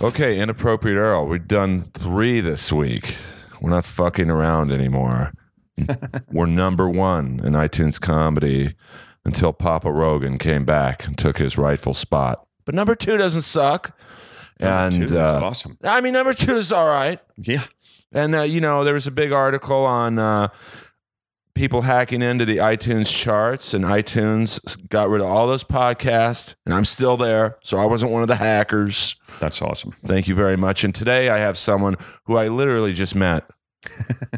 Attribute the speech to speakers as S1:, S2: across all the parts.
S1: Okay, inappropriate Earl. We've done three this week. We're not fucking around anymore. We're number one in iTunes comedy until Papa Rogan came back and took his rightful spot. But number two doesn't suck.
S2: Number two,
S1: and
S2: that's
S1: uh,
S2: awesome.
S1: I mean, number two is all right.
S2: Yeah.
S1: And uh, you know, there was a big article on uh, people hacking into the iTunes charts, and iTunes got rid of all those podcasts. And I'm still there, so I wasn't one of the hackers.
S2: That's awesome.
S1: Thank you very much. And today I have someone who I literally just met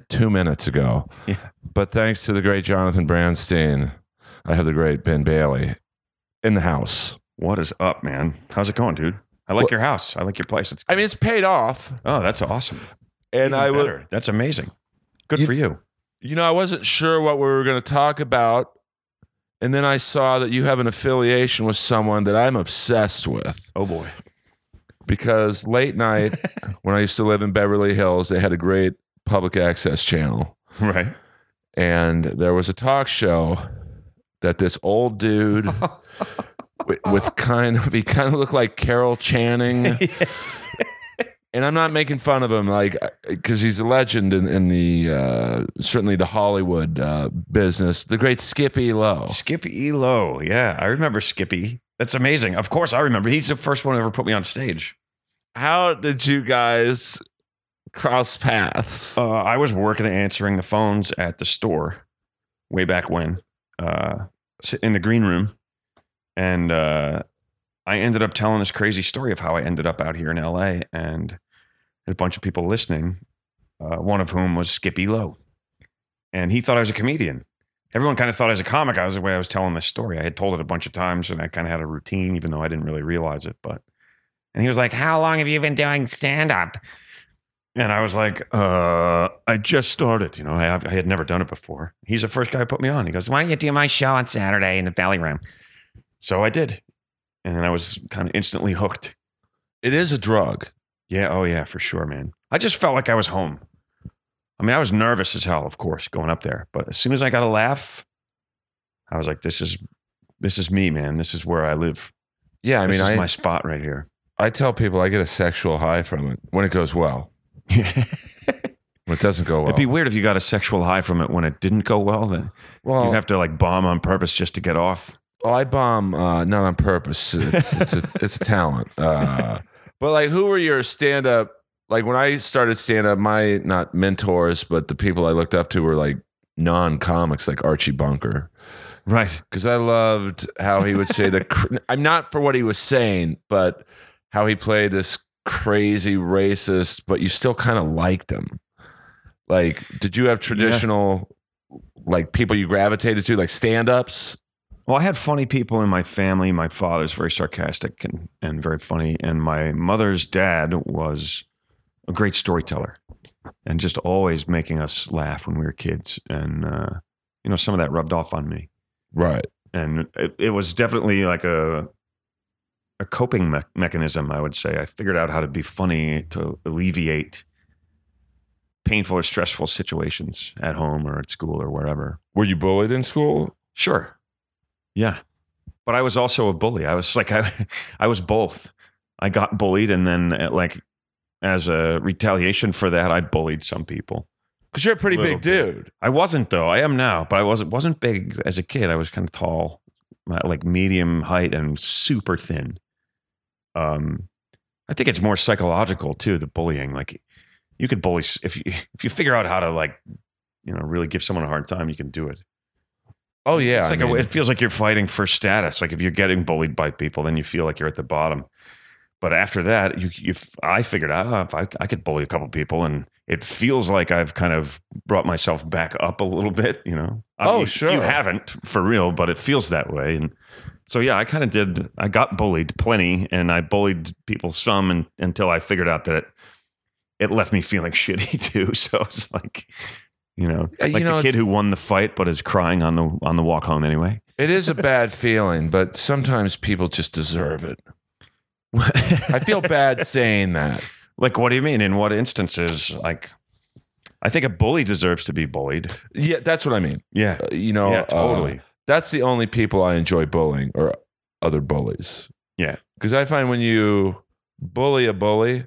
S1: two minutes ago.
S2: Yeah.
S1: But thanks to the great Jonathan Branstein, I have the great Ben Bailey in the house.
S2: What is up, man? How's it going, dude? I like
S1: Well-
S2: your house. I like your place. It's
S1: I mean, it's paid off,
S2: oh, that's awesome.
S1: and
S2: Even
S1: I would.
S2: better. That's amazing. Good
S1: You-
S2: for you.
S1: you know, I wasn't sure what we were going to talk about. And then I saw that you have an affiliation with someone that I'm obsessed with
S2: Oh boy.
S1: because late night, when I used to live in Beverly Hills, they had a great public access channel.
S2: Right.
S1: And there was a talk show that this old dude with, with kind of, he kind of looked like Carol Channing. and I'm not making fun of him, like, because he's a legend in, in the uh, certainly the Hollywood uh, business. The great Skippy Lowe.
S2: Skippy Elo. Yeah, I remember Skippy. That's amazing. Of course, I remember. He's the first one who ever put me on stage.
S1: How did you guys cross paths?
S2: Uh, I was working answering the phones at the store way back when, uh, sit in the green room, and uh, I ended up telling this crazy story of how I ended up out here in L.A. and a bunch of people listening, uh, one of whom was Skippy Lowe, and he thought I was a comedian. Everyone kind of thought I was a comic. I was the way I was telling this story. I had told it a bunch of times, and I kind of had a routine, even though I didn't really realize it. But and he was like, "How long have you been doing stand up?" And I was like, uh, I just started. You know, I, I had never done it before. He's the first guy who put me on. He goes, Why don't you do my show on Saturday in the belly room? So I did. And then I was kind of instantly hooked.
S1: It is a drug.
S2: Yeah. Oh, yeah, for sure, man. I just felt like I was home. I mean, I was nervous as hell, of course, going up there. But as soon as I got a laugh, I was like, this is. This is me, man. This is where I live.
S1: Yeah, I
S2: this
S1: mean,
S2: is
S1: I,
S2: my spot right here.
S1: I tell people I get a sexual high from it when it goes well. When it doesn't go well,
S2: It'd be weird if you got a sexual high from it when it didn't go well. Then
S1: well,
S2: You'd have to like bomb on purpose just to get off.
S1: Oh, I bomb uh, not on purpose. It's it's a, it's a talent. Uh, but like, who were your stand up? Like when I started stand up, my not mentors, but the people I looked up to were like non comics, like Archie Bunker,
S2: Right.
S1: because I loved how he would say the. Cr- I'm not for what he was saying, but how he played this crazy racist, but you still kind of liked him. Like, did you have traditional? Like people you gravitated to, like stand ups.
S2: Well, I had funny people in my family. My father's very sarcastic and, and very funny. And my mother's dad was a great storyteller and just always making us laugh when we were kids. And, uh, you know, some of that rubbed off on me.
S1: Right.
S2: And it, it was definitely like a, a coping me- mechanism, I would say. I figured out how to be funny to alleviate painful or stressful situations at home or at school or wherever.
S1: Were you bullied in school?
S2: Sure. Yeah. But I was also a bully. I was like I I was both. I got bullied and then uh, like as a retaliation for that I bullied some people.
S1: Because you're a pretty
S2: Little
S1: big
S2: bit.
S1: dude.
S2: I wasn't though. I am now, but I wasn't wasn't big as a kid. I was kind of tall, uh, like medium height and super thin. Um I think it's more psychological too, the bullying. Like you could bully s- if you if you figure out how to like you know really give someone a hard time, you can do it.
S1: Oh yeah,
S2: It's
S1: I
S2: like a-
S1: mean,
S2: it feels like you're fighting for status. Like if you're getting bullied by people, then you feel like you're at the bottom. But after that, you, you I figured out oh, if I, I could bully a couple people, and it feels like I've kind of brought myself back up a little bit. You know? I
S1: Oh,
S2: you-
S1: sure.
S2: You haven't for real, but it feels that way. And so yeah, I kind of did. I got bullied plenty, and I bullied people some, and, until I figured out that it it left me feeling shitty too. So it's like. You know,
S1: Uh,
S2: like
S1: you know,
S2: the kid
S1: it's-
S2: who won the fight, but is crying on the on the walk home anyway.
S1: it is a bad feeling, but sometimes people just deserve it. I feel bad saying that.
S2: like, what do you mean? In what instances? Like, I think a bully deserves to be bullied.
S1: Yeah, that's what I mean.
S2: Yeah,
S1: Uh, You know,
S2: yeah,
S1: uh,
S2: totally.
S1: that's the only people I enjoy bullying or other bullies.
S2: Yeah.
S1: because I find when you bully a bully,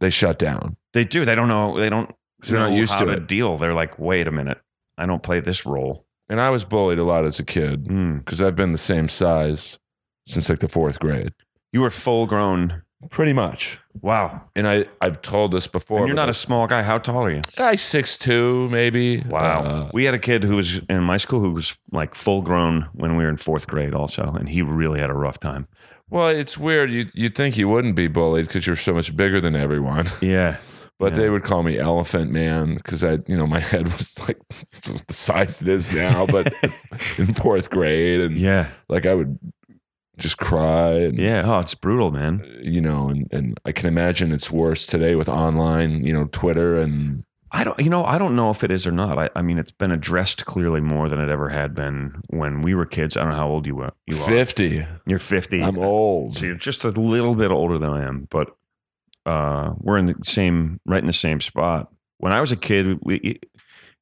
S1: they shut down.
S2: They do. They don't know. They don't.
S1: They're not
S2: know
S1: used
S2: how
S1: to it.
S2: Deal. They're like, wait a minute. I don't play this role.
S1: And I was bullied a lot as a kid
S2: Mm.
S1: because I've been the same size since like the fourth grade,
S2: You were full grown.
S1: pretty much.
S2: Wow.
S1: And I I've told this before.
S2: And you're
S1: but
S2: not a small guy. How tall are you?
S1: I Eh, six two maybe.
S2: Wow.
S1: Uh,
S2: we had a kid who was in my school who was like full grown when we were in fourth grade, also, and he really had a rough time.
S1: well, it's weird. You you'd think you wouldn't be bullied because you're so much bigger than everyone,
S2: Yeah.
S1: but
S2: Yeah.
S1: they would call me Elephant Man because I you know my head was like the size it is now, but in fourth grade and
S2: Yeah.
S1: like I would just cry and
S2: Yeah. Oh, it's brutal, man.
S1: you know, and, and I can imagine it's worse today with online, you know, Twitter and
S2: I don't, you know, I don't know if it is or not. I, I mean, it's been addressed clearly more than it ever had been when we were kids. I don't know how old you were. You are.
S1: 50.
S2: You're 50.
S1: I'm old.
S2: So you're just a little bit older than I am, but uh, we're in the same, right in the same spot. When I was a kid, we,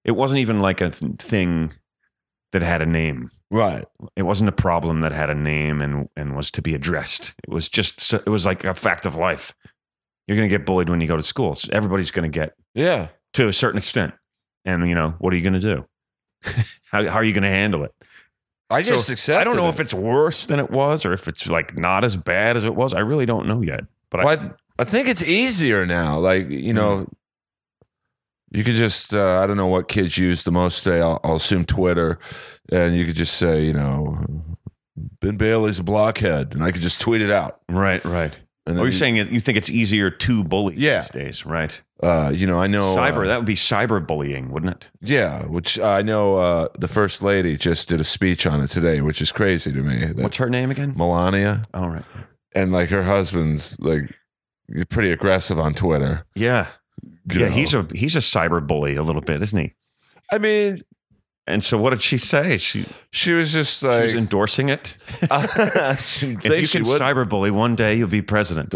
S2: it wasn't even like a th- thing that had a name.
S1: Right.
S2: It wasn't a problem that had a name and and was to be addressed. It was just, so- it was like a fact of life. You're going to get bullied when you go to school. So everybody's going to get
S1: Yeah.
S2: to a certain extent, and you know what are you going to do? how, how are you going to handle it?
S1: I
S2: So,
S1: just accept.
S2: I don't know if it's worse than it was or if it's like not as bad as it was. I really don't know yet. But Hmm. I,
S1: Well, I, I think it's easier now. Like, you know, you could just, uh, I don't know what kids use the most today. I'll, I'll assume Twitter. And you could just say, you know, Ben Bailey's a blockhead. And I could just tweet it out.
S2: Right, right.
S1: And
S2: Oh, you're
S1: then,
S2: saying it, you think it's easier to bully
S1: Yeah.
S2: these days, right?
S1: uh, you know, I know.
S2: cyber,
S1: uh,
S2: that would be cyber bullying, wouldn't it?
S1: Yeah, which I know uh, the first lady just did a speech on it today, which is crazy to me. That
S2: What's her name again?
S1: Melania
S2: All right.
S1: and like her husband's like pretty aggressive on Twitter.
S2: Yeah.
S1: you
S2: yeah,
S1: know.
S2: he's a he's a cyber bully a little bit, isn't he?
S1: I mean,
S2: And so what did she say? She, she
S1: she was just like.
S2: was endorsing it.
S1: I didn't
S2: If you
S1: think she
S2: can
S1: would.
S2: cyber bully, one day you'll be president.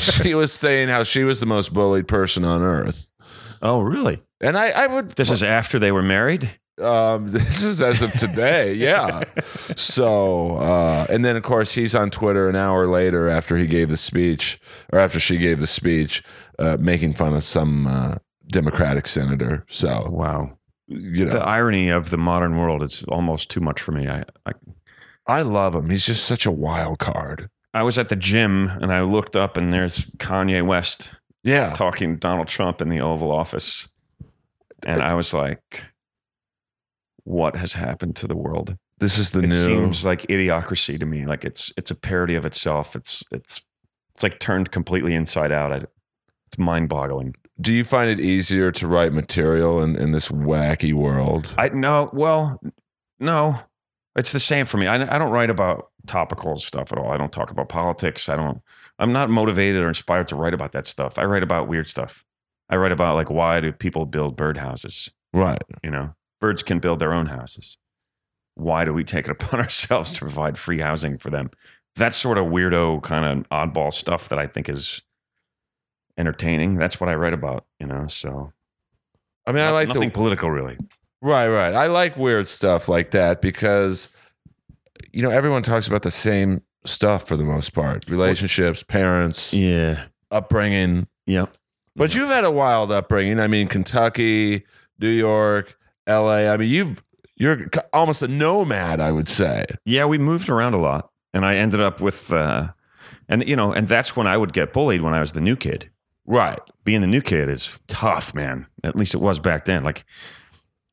S1: she was saying how she was the most bullied person on earth,
S2: oh, really?
S1: and I, I would.
S2: This is after they were married?
S1: um, this is as of today, yeah. So, uh, and then of course he's on Twitter an hour later after he gave the speech or after she gave the speech, uh, making fun of some uh, Democratic senator. So
S2: Wow.
S1: you
S2: The
S1: know,
S2: irony of the modern world is almost too much for me. I, I
S1: I love him. He's just such a wild card.
S2: I was at the gym and I looked up and there's Kanye West
S1: Yeah,
S2: talking to Donald Trump in the Oval Office. And I was like, what has happened to the world?
S1: this is the
S2: It
S1: new.
S2: seems like idiocracy to me. Like it's it's a parody of itself. It's it's it's like turned completely inside out. I, it's mind boggling.
S1: Do you find it easier to write material in, in this wacky world?
S2: I no, well, no. It's the same for me. I, I don't write about topical stuff at all. I don't talk about politics. I don't I'm not motivated or inspired to write about that stuff. I write about weird stuff. I write about like why do people build birdhouses?
S1: Right.
S2: You know, birds can build their own houses. Why do we take it upon ourselves to provide free housing for them? That sort of weirdo, kind of oddball stuff that I think is entertaining. That's what I write about, you know. So
S1: I mean, I like
S2: nothing
S1: the
S2: political, really.
S1: Right, right. I like weird stuff like that because you know everyone talks about the same stuff for the most part: relationships, parents,
S2: Yeah.
S1: upbringing.
S2: Yep.
S1: But you've had a wild upbringing. I mean, Kentucky, New York, L.A. I mean, you've you're c- almost a nomad, I would say.
S2: Yeah, we moved around a lot, and I ended up with, uh, and you know, and that's when I would get bullied when I was the new kid.
S1: Right.
S2: being the new kid is tough, man. At least it was back then. Like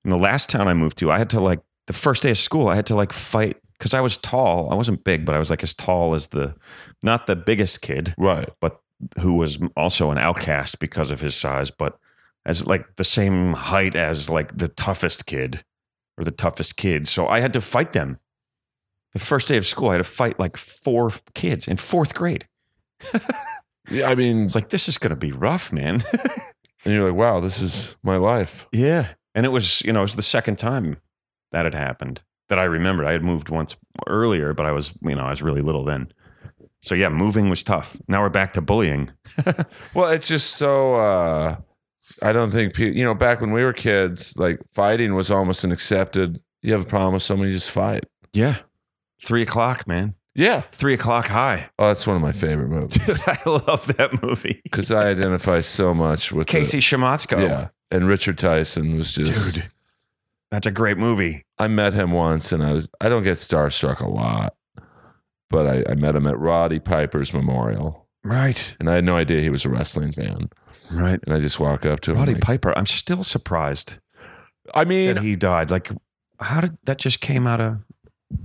S2: in the last town I moved to, I had to like the first day of school, I had to like fight because I was tall. I wasn't big, but I was like as tall as the not the biggest kid
S1: Right.
S2: who was also an outcast because of his size, but as like the same height as like the toughest kid or the toughest kid. So I had to fight them. The first day of school, I had to fight like four kids in fourth grade.
S1: Yeah, I mean,
S2: It's like this is going to be rough, man.
S1: and you're like, wow, this is my life.
S2: Yeah. And it was, you know, it was the second time that had happened that I remembered. I had moved once earlier, but I was, you know, I was really little then. So yeah, moving was tough. Now we're back to bullying.
S1: Well, it's just so. uh I don't think pe- you know. Back when we were kids, like fighting was almost an accepted. You have a problem with someone, you just fight.
S2: Yeah. Three o'clock, man.
S1: Yeah.
S2: Three o'clock high.
S1: Oh, that's one of my favorite movies
S2: I love that movie.
S1: because I identify so much with the-
S2: Casey Shamatsko.
S1: yeah. And Richard Tyson was just.
S2: Dude. That's a great movie.
S1: I met him once, and I was. I don't get starstruck a lot, but I, I met him at Roddy Piper's memorial,
S2: Right.
S1: and I had no idea he was a wrestling fan.
S2: Right.
S1: And I just walk up to him.
S2: Roddy
S1: like-
S2: Piper. I'm still surprised
S1: I
S2: that
S1: mean,
S2: he died. Like, how did that just came out of?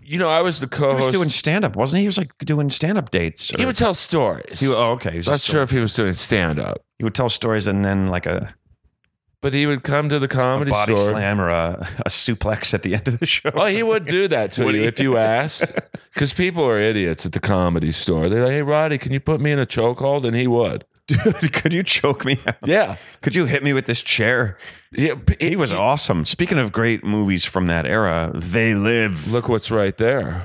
S1: you know, I was the
S2: He
S1: co-host.
S2: was doing stand up, wasn't he? He was like doing stand up dates.
S1: Oh, he
S2: or-
S1: would tell stories.
S2: He, oh, okay. He was
S1: not
S2: just-
S1: sure if he was doing stand up,
S2: He would tell stories and then like a,
S1: but he would come to the
S2: a
S1: comedy
S2: body
S1: store.
S2: slam or a, a suplex at the end of the show.
S1: Oh, he would do that to
S2: Would
S1: you
S2: he?
S1: if you asked, because people are idiots at the comedy store. They're like, "Hey, Roddy, can you put me in a chokehold?" And he would.
S2: Dude, could you choke me out?
S1: Yeah,
S2: Could you hit me with this chair?
S1: yeah.
S2: He was awesome. Speaking of great movies from that era, They Live.
S1: Look what's right there.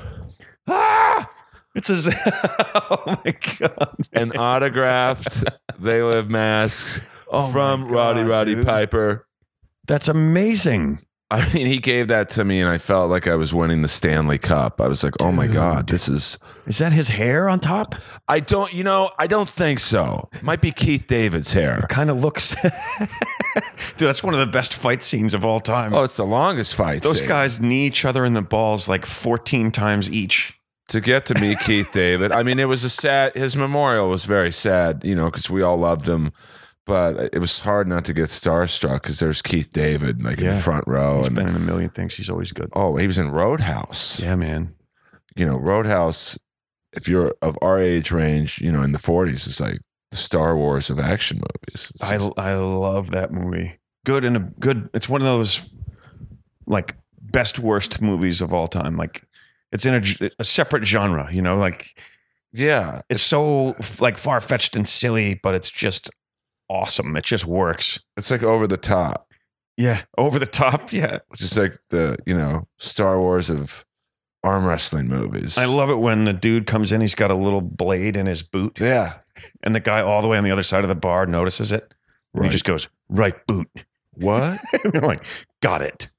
S2: Ah! It's a. oh my god!
S1: An autographed "They Live" masks
S2: Oh my
S1: from
S2: God,
S1: Roddy Roddy
S2: dude.
S1: Piper.
S2: That's amazing.
S1: I mean, he gave that to me, and I felt like I was winning the Stanley Cup. I was like, "Oh my god, this is."
S2: Is that his hair on top?
S1: I don't, you know, I don't think so. Might be Keith David's hair.
S2: Kind of looks. Dude, that's one of the best fight scenes of all time.
S1: Oh, it's the longest fight.
S2: Those
S1: scene.
S2: guys knee each other in the balls like 14 times each.
S1: to get to meet Keith David. I mean, it was a sad. His memorial was very sad, you know, because we all loved him. But it was hard not to get starstruck because there's Keith David like in
S2: Yeah.
S1: the front row,
S2: He's
S1: and
S2: been in a million things. He's always good.
S1: oh, he was in Roadhouse.
S2: Yeah, man.
S1: You know, Roadhouse. If you're of our age range, you know, in the 40s, is like the Star Wars of action movies. It's
S2: I,
S1: just-
S2: I love that movie. Good and a good. It's one of those like best worst movies of all time. Like it's in a, a separate genre, you know, like
S1: yeah,
S2: it's so like far fetched and silly, but it's just awesome. It just works.
S1: it's like over the top.
S2: Yeah. Over the top. Yeah.
S1: just like the you know Star Wars of arm wrestling movies.
S2: I love it when the dude comes in, he's got a little blade in his boot,
S1: yeah,
S2: and the guy all the way on the other side of the bar notices it. And
S1: Right.
S2: he just goes, right boot.
S1: what
S2: and you're like, got it.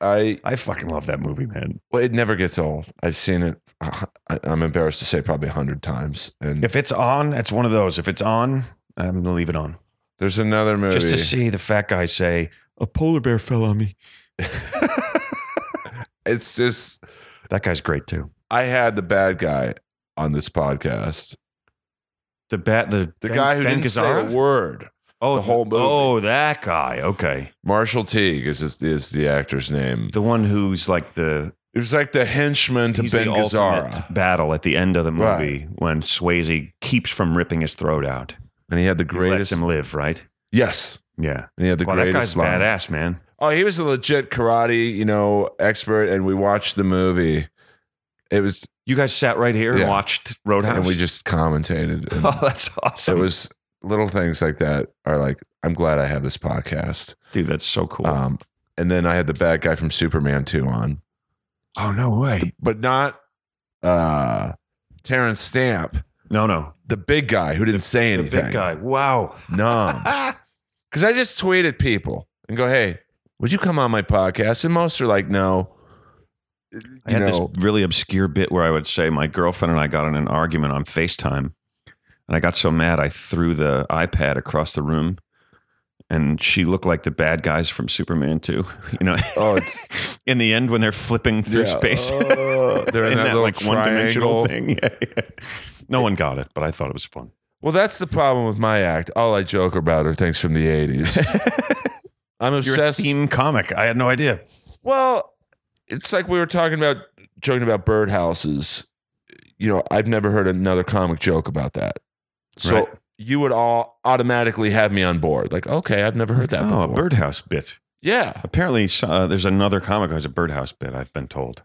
S1: I
S2: I fucking love that movie, man.
S1: well, it never gets old. I've seen it. uh, I, I'm embarrassed to say probably a hundred times. And
S2: If it's on, it's one of those. If it's on, I'm going to leave it on.
S1: there's another movie.
S2: Just to see the fat guy say, a polar bear fell on me.
S1: it's just
S2: That guy's great too.
S1: I had the bad guy on this podcast.
S2: The bat, the,
S1: The
S2: Ben-
S1: guy who
S2: Ben
S1: didn't
S2: Gazzara?
S1: say a word.
S2: Oh,
S1: the whole movie.
S2: Oh, that guy. Okay.
S1: Marshall Teague is his, is the actor's name.
S2: The one who's like the
S1: It was like the henchman to
S2: he's
S1: Ben
S2: the ultimate
S1: Gazzara,
S2: battle at the end of the movie
S1: Right.
S2: when Swayze keeps from ripping his throat out.
S1: and he had the
S2: He lets
S1: greatest.
S2: him live, right?
S1: Yes,
S2: Yeah.
S1: and he had the
S2: wow, that
S1: greatest.
S2: guy's
S1: line.
S2: badass, man.
S1: Oh, he was a legit karate, you know, expert, and we watched the movie. It was,
S2: You guys sat right here
S1: Yeah.
S2: and watched Roadhouse.
S1: and we just commentated. And
S2: oh, that's
S1: it
S2: awesome,
S1: was little things like that are like, I'm glad I have this podcast.
S2: dude. That's so cool.
S1: Um, and then I had the bad guy from Superman 2 on,
S2: oh no way.
S1: but not uh, Terrence Stamp,
S2: No, no,
S1: the big guy who didn't say
S2: the
S1: anything.
S2: big guy. Wow.
S1: No. Because I just tweeted people and go, hey, would you come on my podcast? And most are like, no.
S2: I
S1: You
S2: had
S1: know-
S2: this really obscure bit where I would say my girlfriend and I got in an argument on FaceTime, and I got so mad I threw the iPad across the room, and she looked like the bad guys from Superman Two. You know,
S1: Oh, it's
S2: in the end when they're flipping through
S1: Yeah.
S2: space,
S1: Oh, they're in that little triangle.
S2: thing. Yeah, yeah. No one got it, but I thought it was fun.
S1: Well, that's the problem with my act. All I joke about are things from the 80s. I'm
S2: You're
S1: obsessed.
S2: a theme comic. I had no idea.
S1: Well, it's like we were talking about joking about birdhouses. You know, I've never heard another comic joke about that. So
S2: Right.
S1: you would all automatically have me on board. Like, okay, I've never heard that
S2: oh,
S1: before.
S2: a birdhouse bit.
S1: Yeah.
S2: Apparently, uh, there's another comic who has a birdhouse bit. I've been told,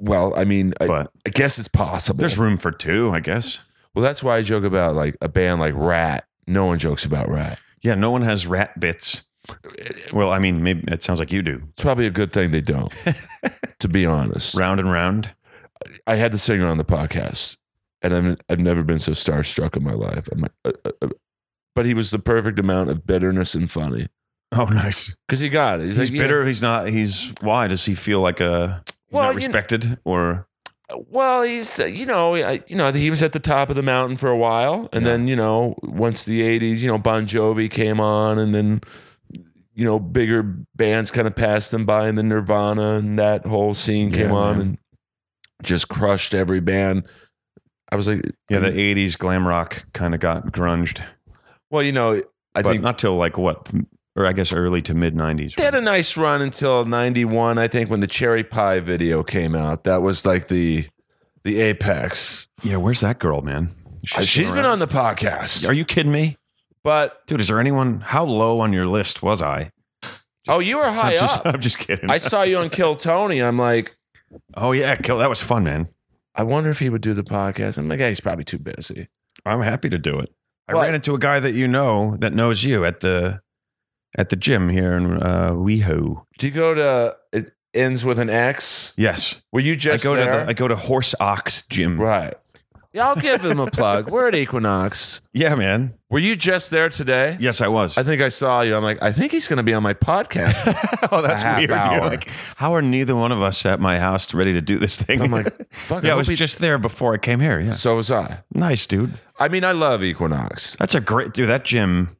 S1: Well, I mean, I,
S2: but
S1: I guess it's possible.
S2: there's room for two, I guess.
S1: well, that's why I joke about like a band like Rat. No one jokes about Rat.
S2: Yeah, no one has rat bits. Well, I mean, maybe it sounds like you do.
S1: It's probably a good thing they don't, to be honest.
S2: Round and round.
S1: I had the singer on the podcast, and I'm, I've never been so starstruck in my life. I'm like, uh, uh, uh, but he was the perfect amount of bitterness and funny
S2: Oh, nice.
S1: because he got it. He's,
S2: He's,
S1: like, yeah.
S2: bitter. He's not. He's why does he feel like a he's
S1: Well,
S2: not
S1: you kn-
S2: respected or
S1: Well, he's uh, you know I, you know he was at the top of the mountain for a while, and
S2: Yeah.
S1: then you know once the '80s, you know Bon Jovi came on, and then you know bigger bands kind of passed them by, and then Nirvana and that whole scene
S2: Yeah,
S1: came on
S2: man.
S1: and just crushed every band. I was like,
S2: Yeah, the '80s glam rock kind of got grunged,
S1: well, you know, I
S2: but
S1: think
S2: not till like what, or I guess early to mid '90s.
S1: they had a nice run until 91 i think when the cherry pie video came out that was like the the apex
S2: yeah, where's that girl, man?
S1: Uh, she's been on the podcast
S2: Are you kidding me,
S1: but
S2: dude? Is there anyone? How low on your list was I?
S1: oh you were high
S2: I'm just,
S1: up
S2: I'm just kidding.
S1: i saw you on kill tony i'm like
S2: oh yeah, kill. That was fun, man.
S1: i wonder if he would do the podcast i'm like yeah, he's probably too busy
S2: I'm happy to do it. I
S1: Well-
S2: ran into a guy that you know that knows you at the at the gym here in uh, WeHo.
S1: do you go to it ends with an x
S2: Yes,
S1: were you just
S2: I go
S1: there?
S2: to the, I go to Horse Ox Gym.
S1: right yeah i'll give him a plug we're at equinox
S2: Yeah, man.
S1: were you just there today
S2: Yes, I was.
S1: i think i saw you i'm like i think he's going to be on my podcast
S2: oh, that's
S1: A half
S2: weird. You're
S1: hour.
S2: like, how are neither one of us at my house ready to do this thing?
S1: i'm like fuck
S2: yeah, I
S1: hope
S2: was
S1: he-
S2: just there before I came here. Yeah,
S1: so was i
S2: nice, dude.
S1: I mean, I love Equinox.
S2: That's a great dude. That gym.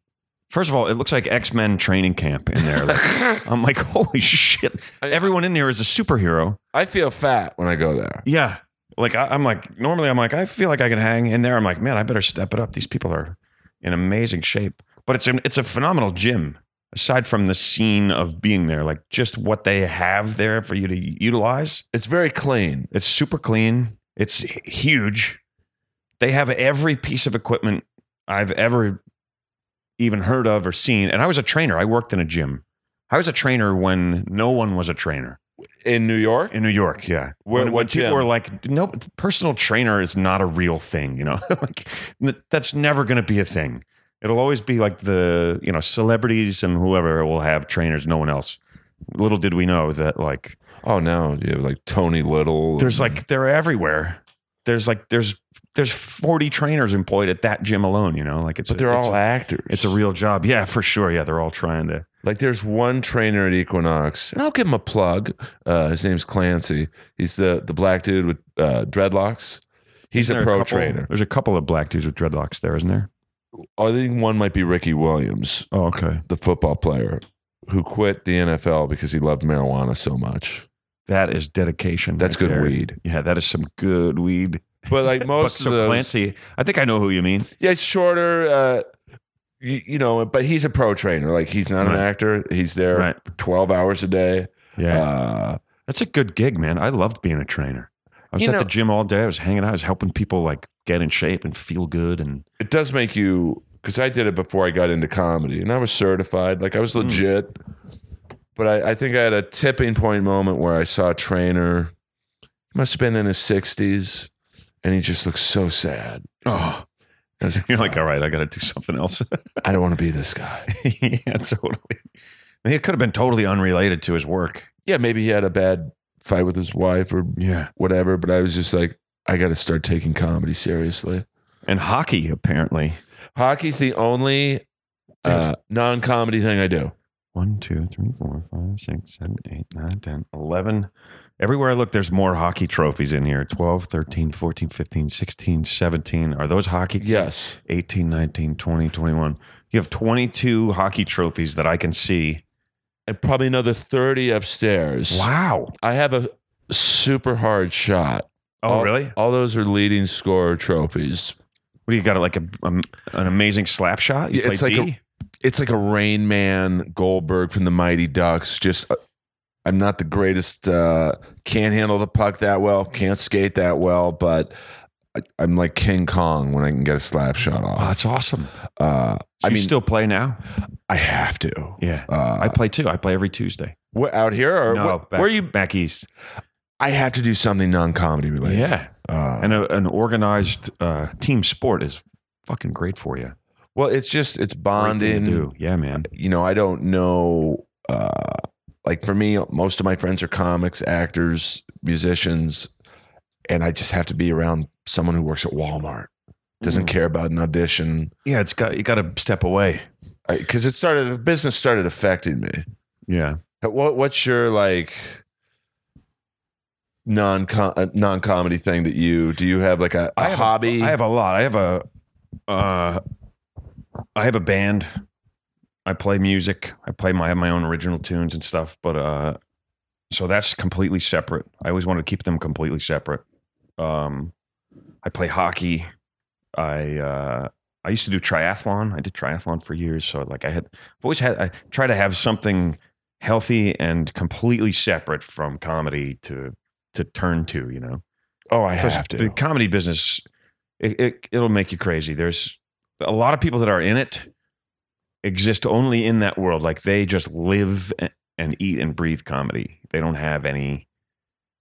S2: First of all, it looks like X Men training camp in there. Like, I'm like, holy shit!
S1: I-
S2: Everyone in there is a superhero.
S1: I feel fat when I go there.
S2: Yeah. Like I, I'm like normally I'm like I feel like I can hang in there. I'm like man, I better step it up. These people are in amazing shape. But it's an, it's a phenomenal gym. Aside from the scene of being there, like just what they have there for you to utilize.
S1: It's very clean.
S2: It's super clean. It's h- huge. They have every piece of equipment I've ever even heard of or seen. And I was a trainer. I worked in a gym. I was a trainer when no one was a trainer.
S1: In New York?
S2: In New York, yeah.
S1: Where-
S2: Where when,
S1: what
S2: when people
S1: gym?
S2: are like, no, personal trainer is not a real thing, you know? like n- that's never going to be a thing. It'll always be like the, you know, celebrities and whoever will have trainers, no one else. Little did we know that like
S1: Oh, no. You have like Tony Little.
S2: there's like they're everywhere. There's like there's there's 40 trainers employed at that gym alone, you know? Like it's
S1: But
S2: a-
S1: they're
S2: it's,
S1: all actors.
S2: it's a real job. Yeah, for sure. Yeah, they're all trying to
S1: Like, there's one trainer at Equinox, and I'll give him a plug. Uh, his name's Clancy. He's the, the black dude with uh, dreadlocks. He's
S2: Isn't
S1: a
S2: there
S1: pro
S2: couple-
S1: trainer.
S2: There's a couple of black dudes with dreadlocks there, isn't there?
S1: I think one might be Ricky Williams,
S2: Oh, okay.
S1: the football player who quit the NFL because he loved marijuana so much.
S2: That is dedication.
S1: That's
S2: right
S1: good
S2: there.
S1: weed.
S2: Yeah, that is some good weed.
S1: But like
S2: But
S1: most
S2: so
S1: of those,
S2: Clancy, I think I know who you mean.
S1: Yeah, it's shorter. Uh, you, you know, but he's a pro trainer. Like he's not an
S2: Right.
S1: actor. He's there twelve hours a day.
S2: Yeah.
S1: Uh,
S2: That's a good gig, man. I loved being a trainer. I was
S1: You
S2: at
S1: know-
S2: the gym all day. I was hanging out. I was helping people like get in shape and feel good. And
S1: it does make you because I did it before I got into comedy, and I was certified. Like I was
S2: Mm.
S1: legit. But I, I think I had a tipping point moment where I saw a trainer. He must have been in his sixties, and he just looked so sad.
S2: oh,
S1: I was
S2: you're like,
S1: "Fuck,
S2: all right, I got to do something else.
S1: I don't want to be this guy.
S2: yeah, totally. I mean, It could have been totally unrelated to his work.
S1: Yeah, maybe he had a bad fight with his wife or
S2: Yeah.
S1: whatever. But I was just like, I got to start taking comedy seriously.
S2: And hockey, apparently.
S1: Hockey's the only uh, non comedy thing I do.
S2: One, two, three, four, five, six, seven, eight, nine, ten, eleven. Everywhere I look, there's more hockey trophies in here 12, 13, 14, 15, 16, 17. Are those hockey?
S1: Yes.
S2: 18, 19, 20, 21. You have 22 hockey trophies that I can see.
S1: And probably another 30 upstairs.
S2: Wow.
S1: I have a super hard shot.
S2: Oh,
S1: All-
S2: really?
S1: All those are leading scorer trophies.
S2: What do you got? Like a, um, an amazing slap shot? You
S1: Yeah, it's
S2: play
S1: like
S2: D?
S1: It's like a Rain Man Goldberg from the Mighty Ducks. Just, uh, I'm not the greatest, uh, can't handle the puck that well, can't skate that well, but I, I'm like King Kong when I can get a slap shot
S2: oh,
S1: off.
S2: that's awesome.
S1: Uh,
S2: So
S1: I
S2: you
S1: mean,
S2: still play now?
S1: I have to.
S2: Yeah. I
S1: Uh,
S2: play too. I play every Tuesday.
S1: wh- out here or
S2: No,
S1: wh-
S2: back-
S1: where you
S2: Back east.
S1: I have to do something non-comedy related.
S2: Yeah.
S1: Uh,
S2: And a, an organized uh, team sport is fucking great for you.
S1: well, it's just it's
S2: Great thing
S1: bonding.
S2: to do. Yeah, man.
S1: You know, I don't know. Uh, like for me, most of my friends are comics, actors, musicians, and I just have to be around someone who works at Walmart.
S2: Mm.
S1: Doesn't care about an audition
S2: Yeah, it's got you got to step away.
S1: because it started. The business started affecting me.
S2: Yeah.
S1: What What's your like? non non comedy thing that you do? You have like a, a
S2: I have a-
S1: hobby.
S2: I have a lot. I have a, uh, I have a band. I play music. I play my I have my own original tunes and stuff. But uh, so that's completely separate. I always wanted to keep them completely separate. Um, I play hockey. I uh, I used to do triathlon. I did triathlon for years. So like I had, I've always had. I try to have something healthy and completely separate from comedy to to turn to. You know.
S1: oh, I
S2: Because
S1: have to.
S2: The comedy business, it, it it'll make you crazy. There's a lot of people that are in it exist only in that world. Like they just live a- and eat and breathe comedy. They don't have any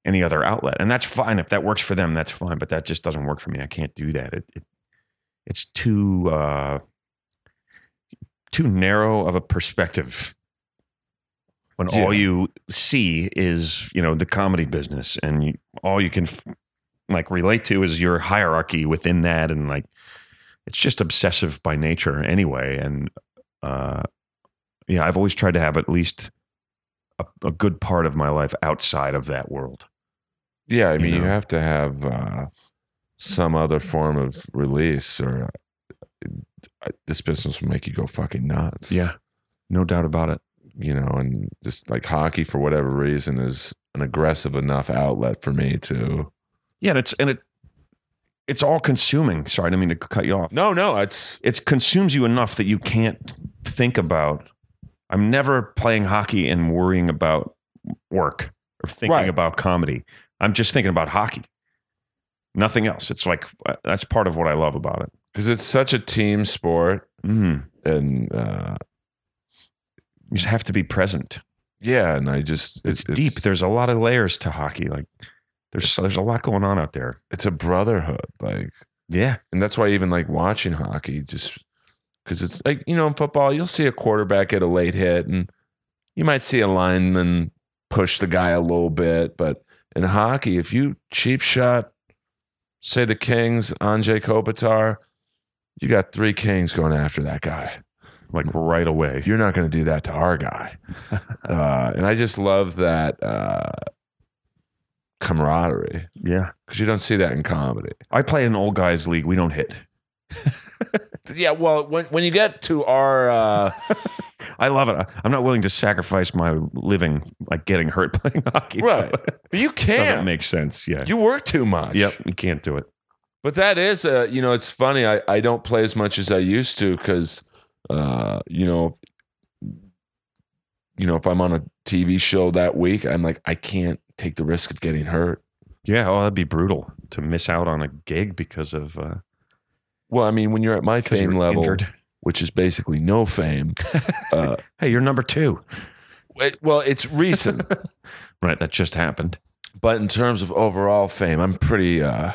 S2: any other outlet, and that's fine. If that works for them, that's fine. But that just doesn't work for me. I can't do that. It, it it's too uh, too narrow of a perspective. When all
S1: Yeah.
S2: you see is you know the comedy business, and you, all you can f- like relate to is your hierarchy within that and like it's just obsessive by nature anyway and uh yeah i've always tried to have at least a, a good part of my life outside of that world
S1: yeah, I
S2: you
S1: mean, you,
S2: know.
S1: have to have uh, some other form of release, or uh, this business will make you go fucking nuts.
S2: no doubt about it
S1: you know, and just like hockey for whatever reason is an aggressive enough outlet for me to.
S2: yeah and it's and it it's all consuming sorry i didn't mean to cut you off
S1: No, no, it's
S2: it consumes you enough that you can't think about i'm never playing hockey and worrying about work or thinking
S1: Right.
S2: about comedy i'm just thinking about hockey nothing else it's like uh, that's part of what i love about it
S1: because it's such a team sport,
S2: mm.
S1: and uh,
S2: you just have to be present
S1: yeah, and I just
S2: it's,
S1: it-
S2: deep there's a lot of layers to hockey like there's there's a lot going on out there
S1: it's a brotherhood, like
S2: yeah
S1: and that's why even like watching hockey just because it's like you know in football you'll see a quarterback get a late hit and you might see a lineman push the guy a little bit but in hockey if you cheap shot say the kings Anjay Kopitar you got three kings going after that guy
S2: like right away
S1: you're not going to do that to our guy uh, and I just love that uh, camaraderie
S2: yeah
S1: because you don't see that in comedy
S2: i play in old guys league we don't hit
S1: yeah well when, when you get to our uh,
S2: i love it I- i'm not willing to sacrifice my living like getting hurt playing hockey
S1: Right. But you
S2: doesn't
S1: can't.
S2: make sense yeah
S1: you work too much.
S2: Yep, you can't do it.
S1: But that is, uh, you know, it's funny. I, I don't play as much as I used to because, uh, you know, you know, if I'm on a TV show that week, I'm like, I can't take the risk of getting hurt.
S2: Yeah, oh, that'd be brutal to miss out on a gig because of uh,
S1: Well, I mean, when you're at my
S2: 'cause
S1: fame
S2: you're
S1: level,
S2: injured.
S1: which is basically no fame, uh,
S2: Hey, you're number two,
S1: it- well, it's recent.
S2: right? That just happened.
S1: but in terms of overall fame, I'm pretty, uh,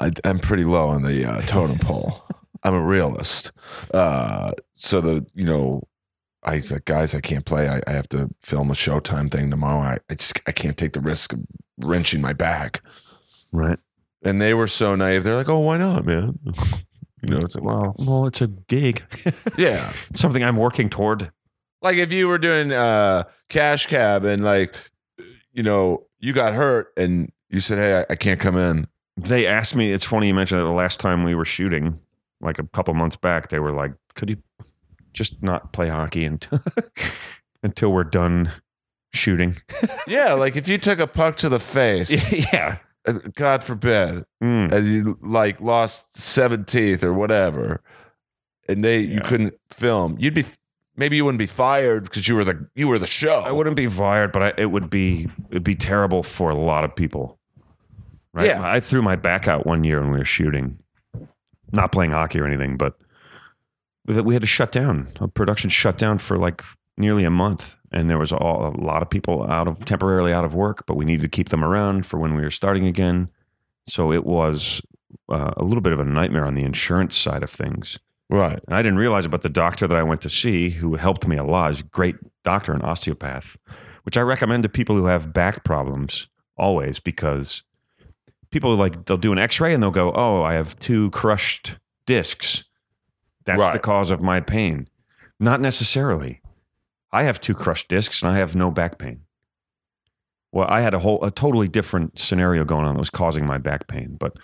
S1: I, I'm pretty low on the uh, totem pole. I'm a realist. Uh, so the you know, I said, guys, I can't play. I, I have to film a Showtime thing tomorrow. I, I just I can't take the risk of wrenching my back.
S2: Right.
S1: And they were so naive. They're like, oh, why not, man? You know, it's like, well,
S2: Well, it's a gig.
S1: yeah.
S2: It's something I'm working toward.
S1: like if you were doing uh cash cab and like you know you got hurt and you said hey i, I can't come in
S2: They asked me. It's funny you mentioned that the last time we were shooting, like a couple months back, they were like, "Could you just not play hockey until until we're done shooting?"
S1: yeah like if you took a puck to the face
S2: yeah.
S1: uh, god forbid
S2: Mm.
S1: and you like lost seven teeth or whatever and they you
S2: Yeah.
S1: couldn't film you'd be maybe you wouldn't be fired because you were the you were the show
S2: I wouldn't be fired, but I, it would be it'd be terrible for a lot of people. Right?
S1: Yeah.
S2: I threw my back out one year when we were shooting, not playing hockey or anything, but that we had to shut down. Our production shut down for like nearly a month, and there was all, a lot of people out of temporarily out of work, but we needed to keep them around for when we were starting again. So it was uh, a little bit of a nightmare on the insurance side of things.
S1: right
S2: And I didn't realize about the doctor that I went to see who helped me a lot. He's a great doctor and osteopath, which I recommend to people who have back problems always because people like they'll do an x-ray and they'll go, "Oh, I have two crushed discs. That's
S1: Right.
S2: the cause of my pain." Not necessarily. I have two crushed discs and I have no back pain. Well, I had a whole a totally different scenario going on that was causing my back pain, but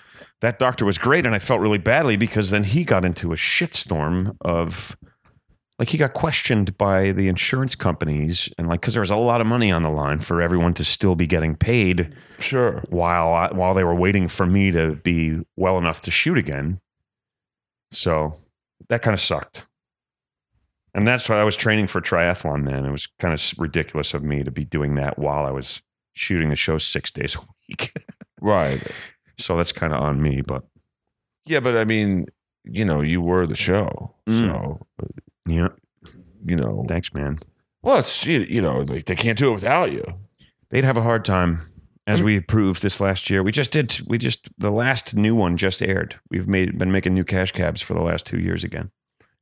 S2: that doctor was great, and I felt really badly because then he got into a shitstorm of like he got questioned by the insurance companies and like because there was a lot of money on the line for everyone to still be getting paid
S1: Sure.
S2: while I, while they were waiting for me to be well enough to shoot again. So that kind of sucked. And that's why I was training for triathlon then. It was kind of ridiculous of me to be doing that while I was shooting the show 6 days a week.
S1: Right.
S2: so that's kind of on me, but
S1: Yeah, but I mean, you know, you were the show,
S2: Mm.
S1: so
S2: yeah,
S1: you know.
S2: thanks man.
S1: Well, it's you, you know, like they can't do it without you.
S2: They'd have a hard time as we proved this last year. We just did we just the last new one just aired. We've made been making new cash cabs for the last 2 years again.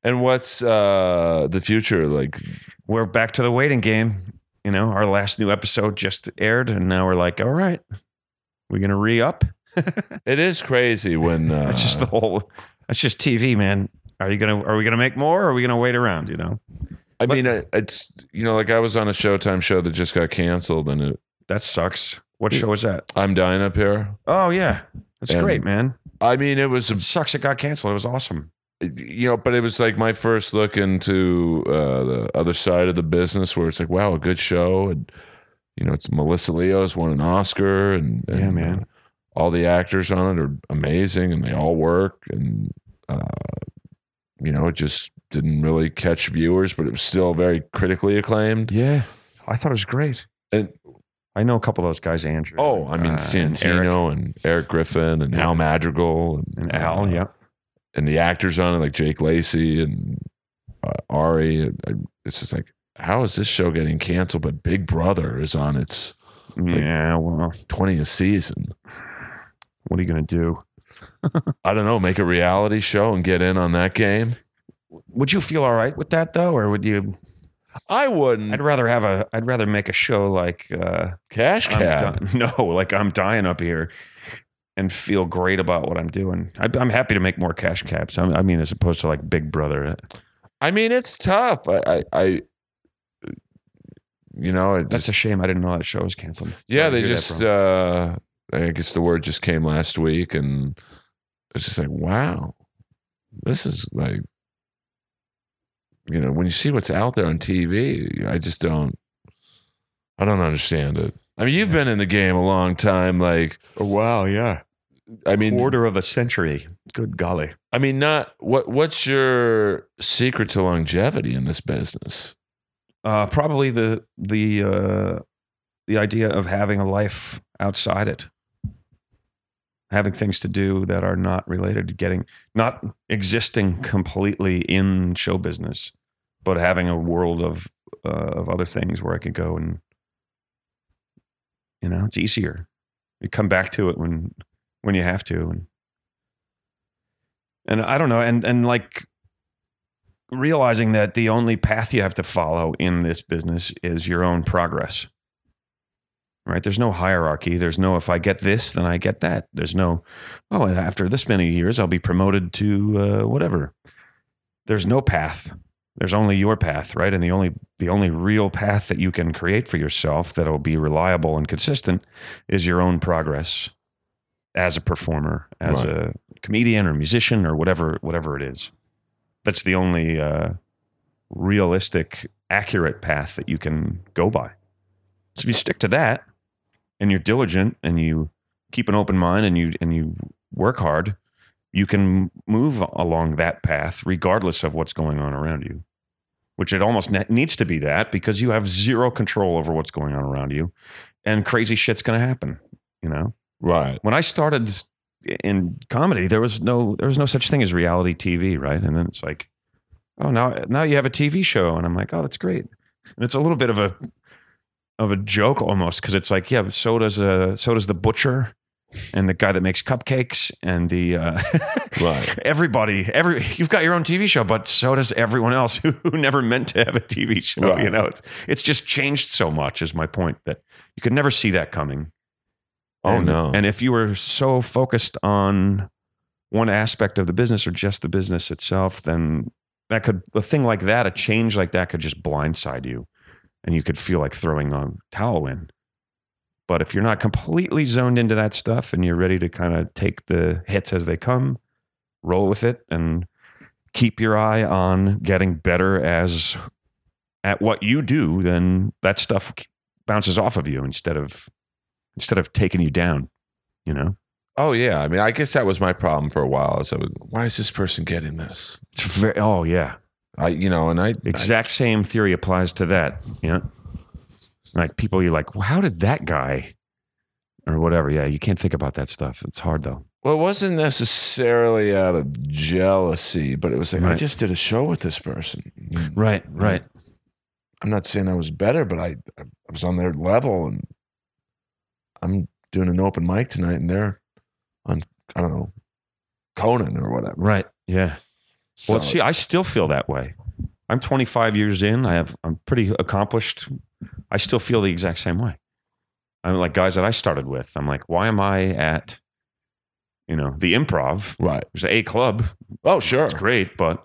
S1: And what's uh the future like?
S2: we're back to the waiting game. You know, our last new episode just aired, and now we're like, all right, we're gonna re up.
S1: It is crazy when uh,
S2: That's just the whole. That's just TV, man. Are you gonna Are we gonna make more? or Are we gonna wait around? You know,
S1: I mean, uh, it's you know, like I was on a Showtime show that just got canceled, and it,
S2: that sucks. What show was that?
S1: I'm dying up here.
S2: Oh yeah, that's
S1: And-
S2: great, man.
S1: I mean, it was a
S2: It sucks. It got canceled. It was awesome.
S1: you know, but it was like my first look into uh, the other side of the business, where it's like, wow, a good show, and you know, it's Melissa Leo's won an Oscar, and, and
S2: Yeah, man.
S1: uh, all the actors on it are amazing, and they all work, and uh, you know, it just didn't really catch viewers, but it was still very critically acclaimed.
S2: Yeah, I thought it was great.
S1: And-
S2: I know a couple of those guys, Andrew.
S1: Oh, I mean,
S2: uh, and Eric
S1: Santino and Eric, Griffin and
S2: Yeah.
S1: Al Madrigal and,
S2: and Al. Yeah,
S1: and the actors on it, like Jake Lacey and uh, Ari. I- It's just like, how is this show getting canceled? But Big Brother is on its
S2: yeah. Well,
S1: 20th season.
S2: what are you gonna do?
S1: I don't know. Make a reality show and get in on that game.
S2: Would you feel all right with that though, or would you?
S1: I wouldn't.
S2: I'd rather have a. I'd rather make a show like uh,
S1: Cash
S2: I'm
S1: cab.
S2: di- no, like I'm dying up here, and feel great about what I'm doing. I, I'm happy to make more cash caps. I'm, I mean, as opposed to like Big Brother.
S1: I mean, it's tough. I, I, I you know, it
S2: That's
S1: just,
S2: a shame. I didn't know that show was canceled. Sorry
S1: yeah,
S2: to
S1: they
S2: hear that
S1: just,
S2: from-
S1: uh, I guess the word just came last week and it's just like, wow, this is like, you know, when you see what's out there on TV, I just don't, I don't understand it. I mean, you've been in the game a long time. Like,
S2: oh, wow, yeah,
S1: I mean,
S2: quarter of a century. Good golly,
S1: I mean, not what, what's your secret to longevity in this business?
S2: uh, probably the the uh, the idea of having a life outside it, having things to do that are not related to getting, not existing completely in show business, but having a world of uh, of other things where I could go and, you know, it's easier. You come back to it when when you have to, and and I don't know, and and like realizing that the only path you have to follow in this business is your own progress. Right? There's no hierarchy. There's no if I get this, then I get that. There's no oh, and after this many years, I'll be promoted to uh, whatever. There's no path. There's only your path, right? And the only the only real path that you can create for yourself that'll be reliable and consistent is your own progress as a performer, as
S1: Right.
S2: a comedian or musician or whatever whatever it is that's the only uh, realistic, accurate path that you can go by. So if you stick to that, and you're diligent, and you keep an open mind, and you and you work hard, you can move along that path regardless of what's going on around you. Which it almost ne- needs to be that because you have zero control over what's going on around you, and crazy shit's going to happen. You know
S1: Right.
S2: when I started in comedy, there was no there was no such thing as reality TV, right? And then it's like, oh, now now you have a TV show, and I'm like, oh, that's great. And it's a little bit of a of a joke almost because it's like, yeah, but so does uh so does the butcher and the guy that makes cupcakes and the uh,
S1: Right.
S2: everybody every you've got your own TV show, but so does everyone else who, who never meant to have a TV show.
S1: Right.
S2: You know, it's it's just changed so much. Is my point that you could never see that coming.
S1: Oh,
S2: And-
S1: no.
S2: And if you were so focused on one aspect of the business or just the business itself, then that could a thing like that, a change like that could just blindside you and you could feel like throwing a towel in. But if you're not completely zoned into that stuff and you're ready to kind of take the hits as they come, roll with it and keep your eye on getting better as at what you do, then that stuff bounces off of you instead of instead of taking you down, you know?
S1: Oh yeah, I mean, I guess that was my problem for a while. Is I was, why is this person getting this?
S2: It's very oh yeah.
S1: I, you know, and I,
S2: Exact same theory applies to that. Yeah. Like people you're like, well, how did that guy or whatever? Yeah, you can't think about that stuff. It's hard though.
S1: I well, it wasn't necessarily out of jealousy, but it was like I
S2: Right.
S1: just did a show with this person.
S2: Right,
S1: right. I'm not saying I was better, but I, I was on their level, and I'm doing an open mic tonight, and they're on, I don't know, Conan or whatever.
S2: Right. Yeah.
S1: So-
S2: Well, see, I still feel that way. I'm 25 years in. I have I'm pretty accomplished. I still feel the exact same way. I'm like guys that I started with. I'm like, why am I at, you know, the improv?
S1: right.
S2: There's a club.
S1: Oh, sure.
S2: It's great, but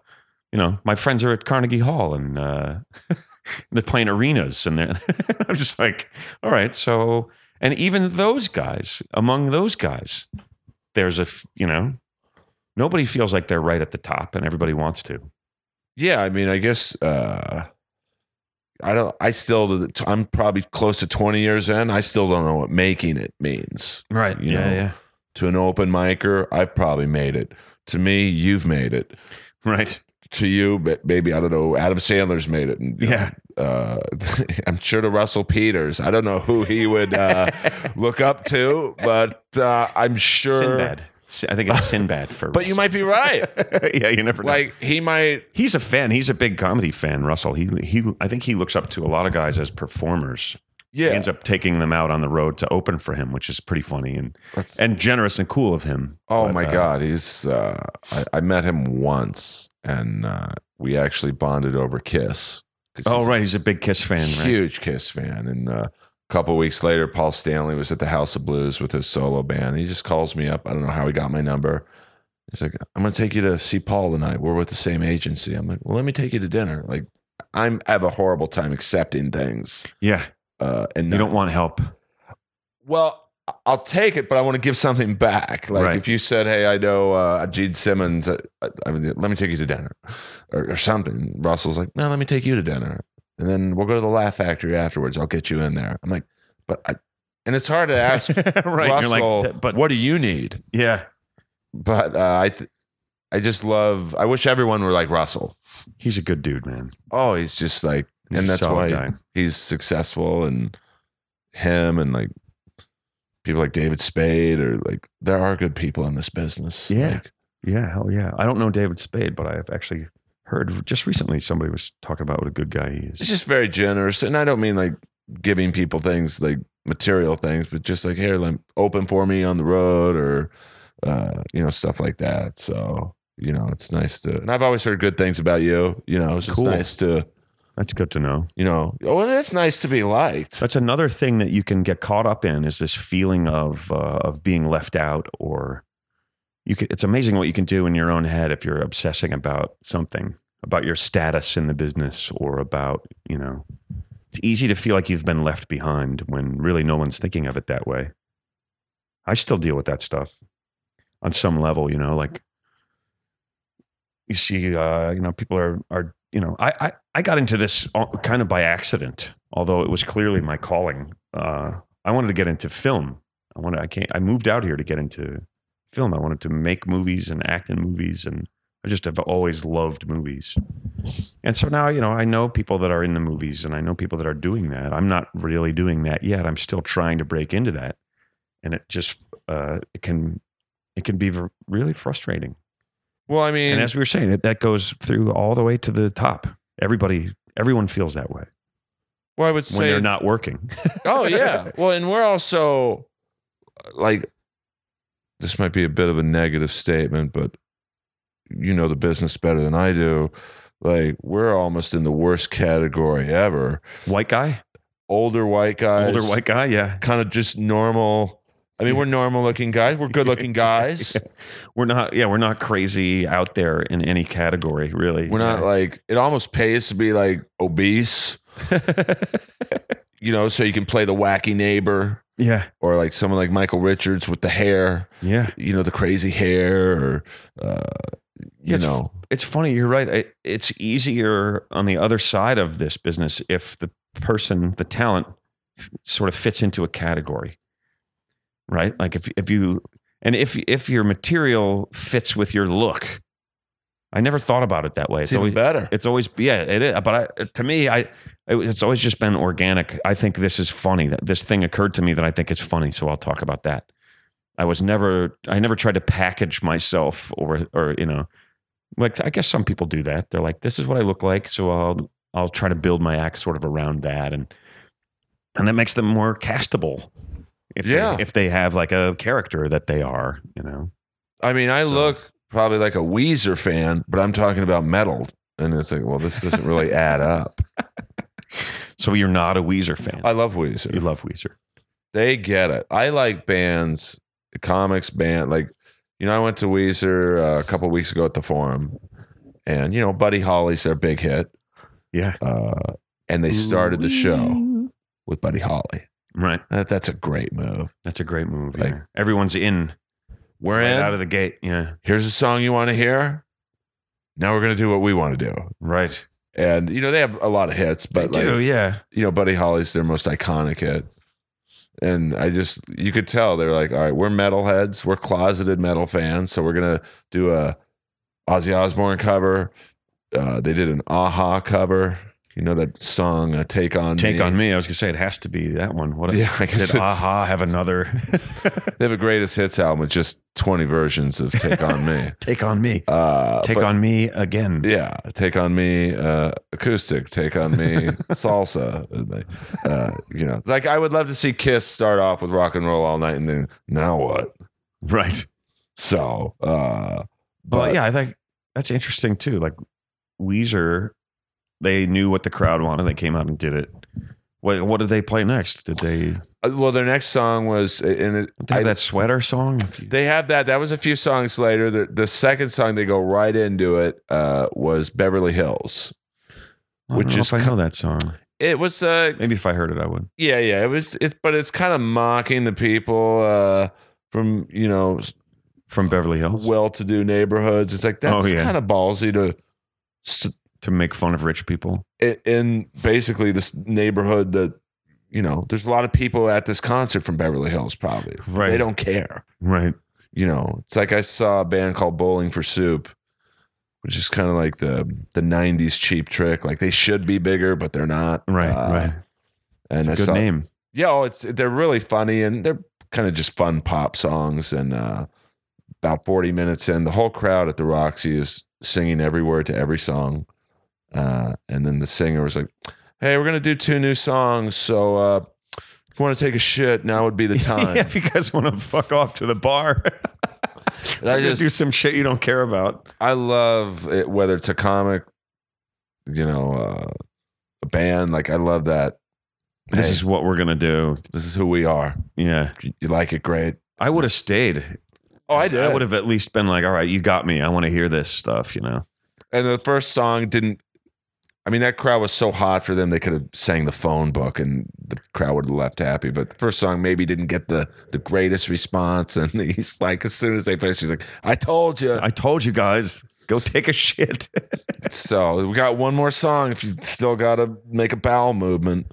S2: you know, my friends are at Carnegie Hall and uh, they're playing arenas, and they're. I'm just like, all right, so and even those guys, among those guys, there's a f- you know, nobody feels like they're right at the top, and everybody wants to.
S1: Yeah, I mean, I guess uh, I don't. I still. to the- I'm probably close to 20 years in. I still don't know what making it means.
S2: Right.
S1: you know? To an open micer, I've probably made it. To me, you've made it.
S2: Right.
S1: To you, ma- maybe I don't know. Adam Sandler's made it. and, you know,
S2: Yeah.
S1: uh, I'm sure to Russell Peters. I don't know who he would uh, look up to, but uh, I'm sure.
S2: Sinbad. Si- I think it's Sinbad for.
S1: But you might be right.
S2: might. yeah, you never know.
S1: like he might.
S2: He's a fan. He's a big comedy fan, Russell. He he. I think he looks up to a lot of guys as performers.
S1: Yeah.
S2: He ends up taking them out on the road to open for him, which is pretty funny and
S1: That's-
S2: and generous and cool of him.
S1: Oh
S2: But,
S1: my
S2: uh,
S1: God, he's. Uh, I, I met him once, and uh, we actually bonded over Kiss. 'Cause
S2: Oh
S1: he's
S2: right, he's a big Kiss
S1: a
S2: fan. Right?
S1: huge Kiss fan, and uh, a couple weeks later, Paul Stanley was at the House of Blues with his solo band. He just calls me up. I don't know how he got my number. He's like, "I'm going to take you to see Paul tonight. We're with the same agency." I'm like, "Well, let me take you to dinner." Like, I'm I have a horrible time accepting things,
S2: Yeah,
S1: uh, and
S2: you
S1: not-
S2: don't want help.
S1: well, I'll take it, but I want to give something back. Like
S2: Right.
S1: if you said, "Hey, I know uh, Gene Simmons. Uh, I mean, let me take you to dinner, or, or something." Russell's like, "No, let me take you to dinner, and then we'll go to the Laugh Factory afterwards. I'll get you in there." I'm like, "But," I, and it's hard to ask
S2: right,
S1: Russell,
S2: you're like, but
S1: "What do you need?"
S2: yeah,
S1: But uh, I, th- I just love. I wish everyone were like Russell.
S2: he's a good dude, man.
S1: Oh, he's just like
S2: He's
S1: And
S2: a
S1: that's
S2: solid
S1: why-
S2: guy.
S1: he's successful and him and like people like David Spade or like there are good people in this business.
S2: Yeah.
S1: Like,
S2: Yeah, hell yeah. I don't know David Spade, but I've actually heard just recently somebody was talking about what a good guy he is.
S1: it's just very generous. And I don't mean like giving people things like material things, but just like here, like open for me on the road or uh, you know, stuff like that. So, you know, it's nice to and I've always heard good things about you. You know, it's just
S2: Cool.
S1: nice to,
S2: That's good to know.
S1: you know, oh and it's nice to be liked.
S2: That's another thing that you can get caught up in is this feeling of uh, of being left out, or you can. It's amazing what you can do in your own head if you're obsessing about something, about your status in the business, or about you know. It's easy to feel like you've been left behind when really no one's thinking of it that way. I still deal with that stuff on some level, you know, like you see, uh, you know, people are, are, you know, I, I, I got into this all- kind of by accident, although it was clearly my calling. Uh, I wanted to get into film. I wanted, I can't, I moved out here to get into film. I wanted to make movies and act in movies. And I just have always loved movies. And so now, you know, I know people that are in the movies and I know people that are doing that. I'm not really doing that yet. I'm still trying to break into that. And it just, uh, it can, it can be ver- really frustrating
S1: Well, I mean
S2: and as we were saying, it, that goes through all the way to the top. Everybody, everyone feels that way
S1: well I would
S2: when they're not working.
S1: Oh yeah. Well, and we're also like this might be a bit of a negative statement, but you know the business better than I do. Like we're almost in the worst category ever.
S2: White guy,
S1: Older white guys,
S2: older white guy, yeah.
S1: kind of just normal. I mean, we're normal looking guys. We're good looking guys.
S2: We're not, yeah, we're not crazy out there in any category, really.
S1: We're not like it almost pays to be like obese. you know, so you can play the wacky neighbor
S2: Yeah.
S1: or like someone like Michael Richards with the hair,
S2: Yeah.
S1: you know, the crazy hair, or uh, you
S2: It's-
S1: know,
S2: It's funny. You're right. It, it's easier on the other side of this business if the person, the talent, f- sort of fits into a category, right? Like if if you and if if your material fits with your look. I never thought about it that way.
S1: it's even better.
S2: It's always yeah, it is. But I, to me, I it- it's always just been organic. I think this is funny. That this thing occurred to me that I think is funny, so I'll talk about that. I was never I never tried to package myself or or you know, like I guess some people do that. They're like, this is what I look like, so I'll I'll try to build my act sort of around that, and and that makes them more castable. If
S1: Yeah.
S2: they, if they have like a character that they are, you know,
S1: I mean, I
S2: So-
S1: look probably like a Weezer fan, but I'm talking about metal. And it's like, well, this doesn't really add up.
S2: so you're not a Weezer fan.
S1: I love
S2: you
S1: Weezer.
S2: love Weezer.
S1: They get it. I like bands, comics band. Like, you know, I went to Weezer uh, a couple weeks ago at the Forum, and you know, Buddy Holly's their big hit,
S2: Yeah,
S1: uh, and they started the show with Buddy Holly.
S2: right.
S1: That, that's a great move.
S2: That's a great move.
S1: Like-
S2: yeah. Everyone's in
S1: We're
S2: right
S1: in.
S2: out of the gate. Yeah.
S1: Here's a song you want to hear. Now we're gonna do what we want to do.
S2: Right.
S1: And you know, they have a lot of hits, but like,
S2: yeah.
S1: you know, Buddy Holly's their most iconic hit. And I just, you could tell they're like, all right, we're metalheads, we're closeted metal fans, so we're gonna do a Ozzy Osbourne cover. Uh, they did an Aha cover. You know that song, uh, "Take on
S2: Take
S1: Me?
S2: on me. I was gonna say it has to be that one. What
S1: Yeah, I guess
S2: did
S1: it-
S2: Aha have another
S1: they have a greatest hits album with just twenty versions of "Take on Me."
S2: Take on me.
S1: Uh,
S2: Take
S1: but-
S2: on me again.
S1: Yeah, take on me uh, acoustic, take on me salsa. and they- Uh, you know, like I would love to see Kiss start off with rock and roll all night, and then now what?
S2: Right.
S1: So, uh,
S2: But,
S1: But-
S2: yeah, I think that's interesting too. Like Weezer, they knew what the crowd wanted. They came out and did it. What what did they play next? Did they,
S1: uh, well, their next song was, and it,
S2: they have
S1: I-
S2: that sweater song?
S1: they have that. That was a few songs later. The, the second song they go right into it uh, was Beverly Hills.
S2: I don't
S1: which
S2: know
S1: is
S2: if I
S1: co-
S2: know that song.
S1: It was uh,
S2: Maybe if I heard it, I would.
S1: Yeah, yeah. It was it's but it's kind of mocking the people uh from, you know,
S2: From Beverly Hills
S1: Uh, well to do neighborhoods. It's like that's
S2: Oh, yeah.
S1: kind of ballsy to s-
S2: to make fun of rich people.
S1: i- in basically this neighborhood that you know, there's a lot of people at this concert from Beverly Hills probably.
S2: Right.
S1: They don't care.
S2: Right.
S1: You know, it's like I saw a band called Bowling for Soup, which is kind of like the the 90s cheap trick. Like they should be bigger, but they're not.
S2: Right.
S1: Uh,
S2: right.
S1: And
S2: It's a
S1: I
S2: good
S1: saw
S2: name.
S1: yeah, oh, it's they're really funny and they're kind of just fun pop songs. And uh, about forty minutes in, the whole crowd at the Roxy is singing every word to every song. Uh, and then the singer was like, "Hey, we're gonna do two new songs, so uh, if you want to take a shit, now would be the time."
S2: yeah, if you guys want to fuck off to the bar,
S1: And I
S2: You're gonna do
S1: just-
S2: some shit you don't care about.
S1: I love it, whether it's a comic, you know, uh, a band. Like I love that.
S2: This
S1: Hey,
S2: is what we're gonna do.
S1: this is who we are.
S2: Yeah,
S1: You like it, great.
S2: I would have stayed.
S1: Oh, I did.
S2: I would have at least been like, all right, you got me. I want to hear this stuff. You know.
S1: and the first song didn't I mean that crowd was so hot for them they could have sang the phone book and the crowd would have left happy but the first song maybe didn't get the the greatest response and he's like as soon as they finished he's like I told you
S2: I told you guys, go take a shit.
S1: so we got one more song if you still got to make a bowel movement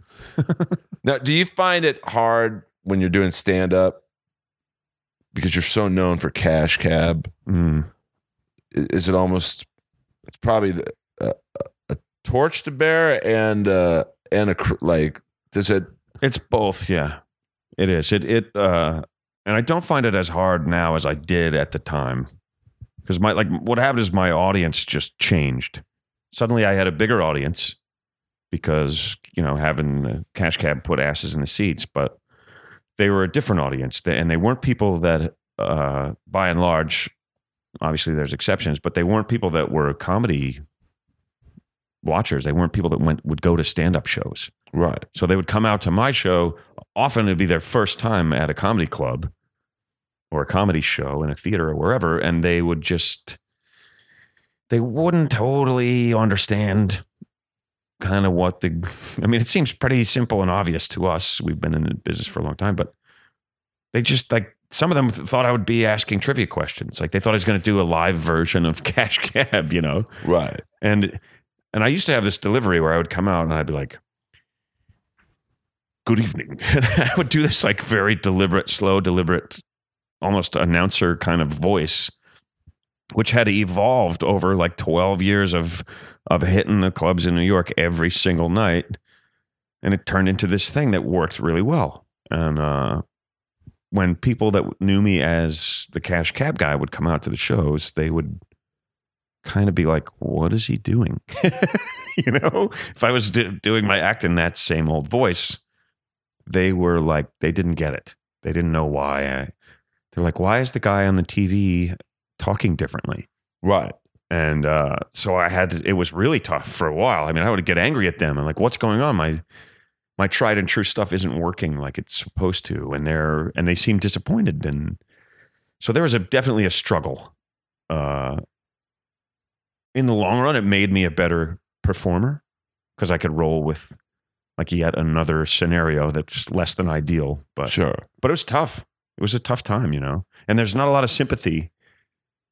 S1: now do you find it hard when you're doing stand up because you're so known for cash cab
S2: Mm.
S1: i- is it almost it's probably the, uh, a torch to bear and uh and a cr- like does it
S2: It's both. Yeah, it is. It it uh, and I don't find it as hard now as I did at the time, because my like what happened is my audience just changed. Suddenly, I had a bigger audience because you know having the cash cab put asses in the seats, but they were a different audience, They- and they weren't people that, uh, by and large, obviously there's exceptions, but they weren't people that were comedy watchers. They weren't people that went would go to stand up shows.
S1: right
S2: So they would come out to my show. Often it'd be their first time at a comedy club or a comedy show in a theater or wherever. And they would just, they wouldn't totally understand kind of what the I mean, it seems pretty simple and obvious to us. We've been in the business for a long time, but they just like some of them thought I would be asking trivia questions. Like they thought I was going to do a live version of Cash Cab, you know.
S1: Right.
S2: And and I used to have this delivery where I would come out and I'd be like, "Good evening." And I would do this like very deliberate, slow, deliberate, almost announcer kind of voice, which had evolved over like twelve years of of hitting the clubs in New York every single night, and it turned into this thing that worked really well. And uh, when people that knew me as the Cash Cab guy would come out to the shows, they would kind of be like, "What is he doing?" you know, if I was do- doing my act in that same old voice, they were like, they didn't get it. They didn't know why. I, they're like, "Why is the guy on the TV talking differently?"
S1: Right.
S2: And uh, so I had to, it was really tough for a while. I mean, I would get angry at them and like, "What's going on? My my tried and true stuff isn't working like it's supposed to." And they're and they seem disappointed. And so there was a definitely a struggle. Uh, in the long run, it made me a better performer because I could roll with like yet another scenario that's less than ideal. But
S1: Sure.
S2: but it was tough. It was a tough time, you know. And there's not a lot of sympathy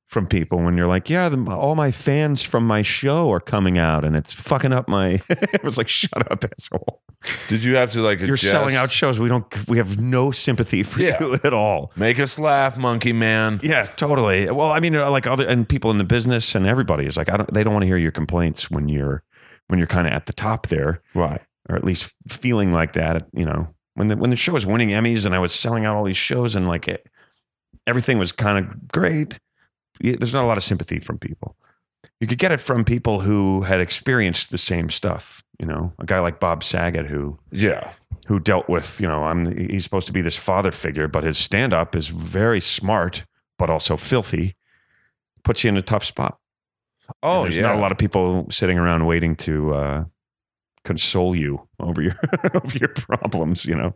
S2: from people when you're like, yeah, the, all my fans from my show are coming out, and it's fucking up my. it was like, shut up, asshole.
S1: Did you have to like
S2: You're
S1: adjust-
S2: selling out shows. We don't. We have no sympathy for
S1: Yeah.
S2: you at all.
S1: Make us laugh, monkey man.
S2: Yeah, totally. Well, I mean, uh, like other and people in the business and everybody is like, I don't. They don't want to hear your complaints when you're when you're kind of at the top there,
S1: Right.
S2: or at least feeling like that. You know, when the when the show was winning Emmys and I was selling out all these shows and like it, everything was kind of great. y- There's not a lot of sympathy from people. You could get it from people who had experienced the same stuff. You know, a guy like Bob Saget who
S1: Yeah.
S2: who dealt with you know I'm he's supposed to be this father figure, but his stand up is very smart but also filthy. Puts you in a tough spot.
S1: Oh
S2: there's
S1: yeah.
S2: not a lot of people sitting around waiting to uh, console you over your over your problems. You know,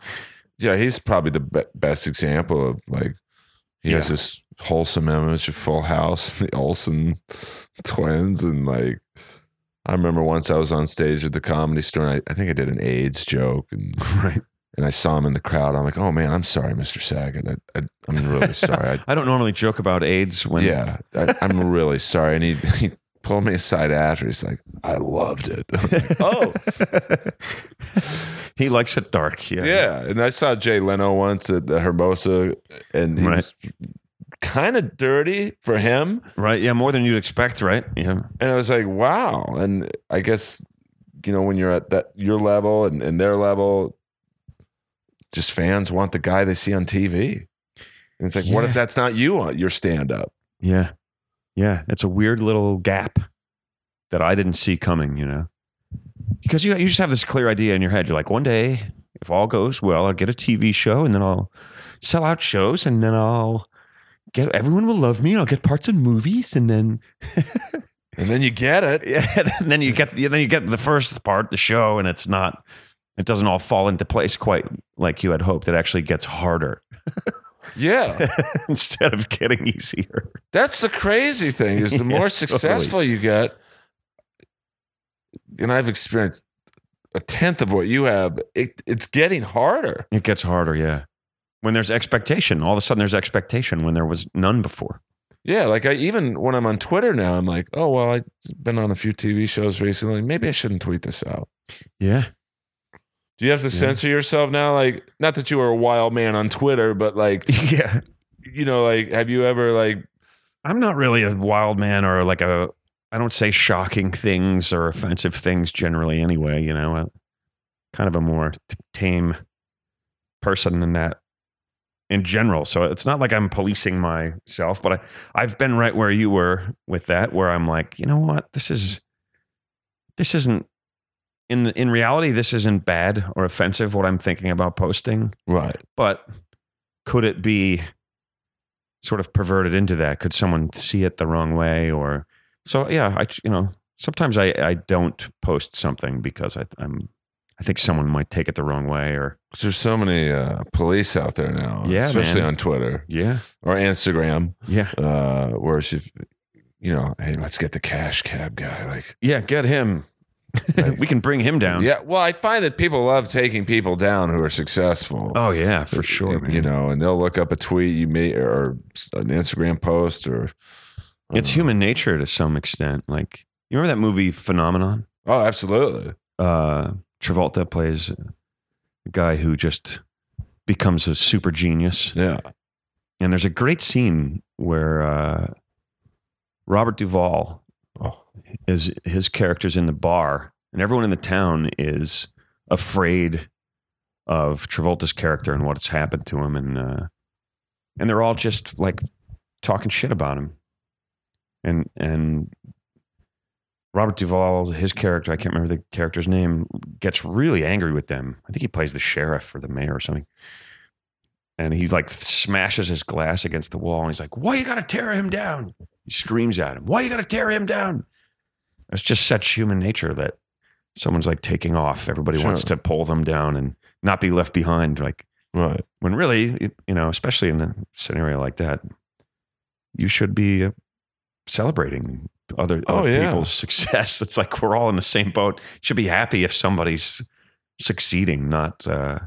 S1: yeah. He's probably the be- best example of like he has
S2: Yeah.
S1: this wholesome image of Full House, the Olsen twins, and like I remember once I was on stage at the Comedy Store, and I, I think I did an AIDS joke, and
S2: right?
S1: and I saw him in the crowd. I'm like, oh man, I'm sorry, Mr. Saget. I, I, I'm really sorry. I,
S2: I don't normally joke about AIDS when
S1: yeah, I, I'm really sorry. And he, he pulled me aside after. He's like, I loved it. oh,
S2: he likes it dark. Yeah,
S1: yeah. And I saw Jay Leno once at the Hermosa, and he
S2: Right.
S1: was kind of dirty for him.
S2: right. Yeah, more than you'd expect, right? Yeah,
S1: And I was like, wow. And I guess you know when you're at that your level and, and their level, just fans want the guy they see on TV. And it's like, what
S2: Yeah.
S1: if that's not you on your stand up?
S2: Yeah. Yeah. It's a weird little gap that I didn't see coming, you know? Because you, you just have this clear idea in your head. You're like, one day, if all goes well, I'll get a TV show and then I'll sell out shows and then I'll get everyone will love me and I'll get parts in movies and then
S1: And then you get it.
S2: yeah, and then you get then you get the first part, the show, and it's not it doesn't all fall into place quite like you had hoped. It actually gets harder
S1: Yeah.
S2: instead of getting easier.
S1: That's the crazy thing is the
S2: Yeah,
S1: more
S2: totally.
S1: successful you get, and I've experienced a tenth of what you have, it, it's getting harder.
S2: It gets harder, yeah. When there's expectation, all of a sudden there's expectation when there was none before.
S1: Yeah, like I even when I'm on Twitter now, I'm like, oh well, I've been on a few TV shows recently. Maybe I shouldn't tweet this out.
S2: Yeah.
S1: Do you have to
S2: Yeah.
S1: censor yourself now? Like, not that you were a wild man on Twitter, but like,
S2: yeah.
S1: you know, like, have you ever like,
S2: I'm not really a wild man or like a I don't say shocking things or offensive things generally anyway, you know. I'm kind of a more t- tame person than that in general. So it's not like I'm policing myself, but I, I've been right where you were with that, where I'm like, you know what? This is this isn't in the, in reality, this isn't bad or offensive what I'm thinking about posting
S1: right?
S2: but could it be sort of perverted into that could someone see it the wrong way or so yeah i you know sometimes i i don't post something because i i'm i think someone might take it the wrong way or
S1: 'Cause there's so many uh, police out there now,
S2: Yeah,
S1: especially
S2: man.
S1: on Twitter
S2: yeah
S1: or Instagram.
S2: yeah
S1: uh whereas if you know hey let's get the cash cab guy like
S2: yeah get him we can bring him down.
S1: Yeah. Well, I find that people love taking people down who are successful.
S2: Oh yeah, for sure,
S1: you,
S2: man.
S1: know, and they'll look up a tweet you made or an Instagram post or. uh,
S2: it's human nature to some extent. Like you remember that movie Phenomenon?
S1: Oh, absolutely.
S2: uh, Travolta plays a guy who just becomes a super genius.
S1: Yeah.
S2: And there's a great scene where uh, Robert Duvall is his character's in the bar, and everyone in the town is afraid of Travolta's character and what's happened to him, and uh, and they're all just like talking shit about him, and and Robert Duvall, his character, I can't remember the character's name, gets really angry with them. I think he plays the sheriff or the mayor or something. And he like smashes his glass against the wall and he's like, Why you gotta tear him down? He screams at him, Why you gotta tear him down? It's just such human nature that someone's like taking off. Everybody
S1: Sure.
S2: wants to pull them down and not be left behind. Like
S1: Right.
S2: when really, you know, especially in a scenario like that, you should be uh, celebrating other,
S1: Oh,
S2: other
S1: yeah.
S2: people's success. It's like we're all in the same boat. Should be happy if somebody's succeeding, not uh,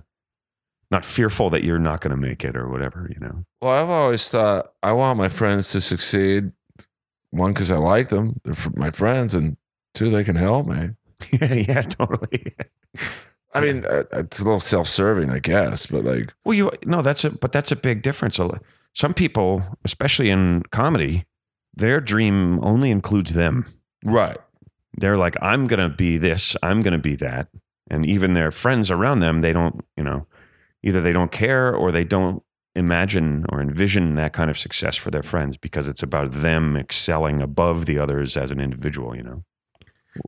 S2: not fearful that you're not going to make it or whatever. You know,
S1: Well, I've always thought I want my friends to succeed. One, because I like them; they're fr- my friends, and two, they can help me.
S2: yeah, yeah, totally.
S1: I mean, uh, it's a little self-serving, I guess, but like,
S2: Well, you no, that's a but that's a big difference. A lo- Some people, especially in comedy, their dream only includes them.
S1: right?
S2: they're like, I'm going to be this, I'm going to be that. And even their friends around them, they don't, you know, either they don't care or they don't imagine or envision that kind of success for their friends because it's about them excelling above the others as an individual, you know.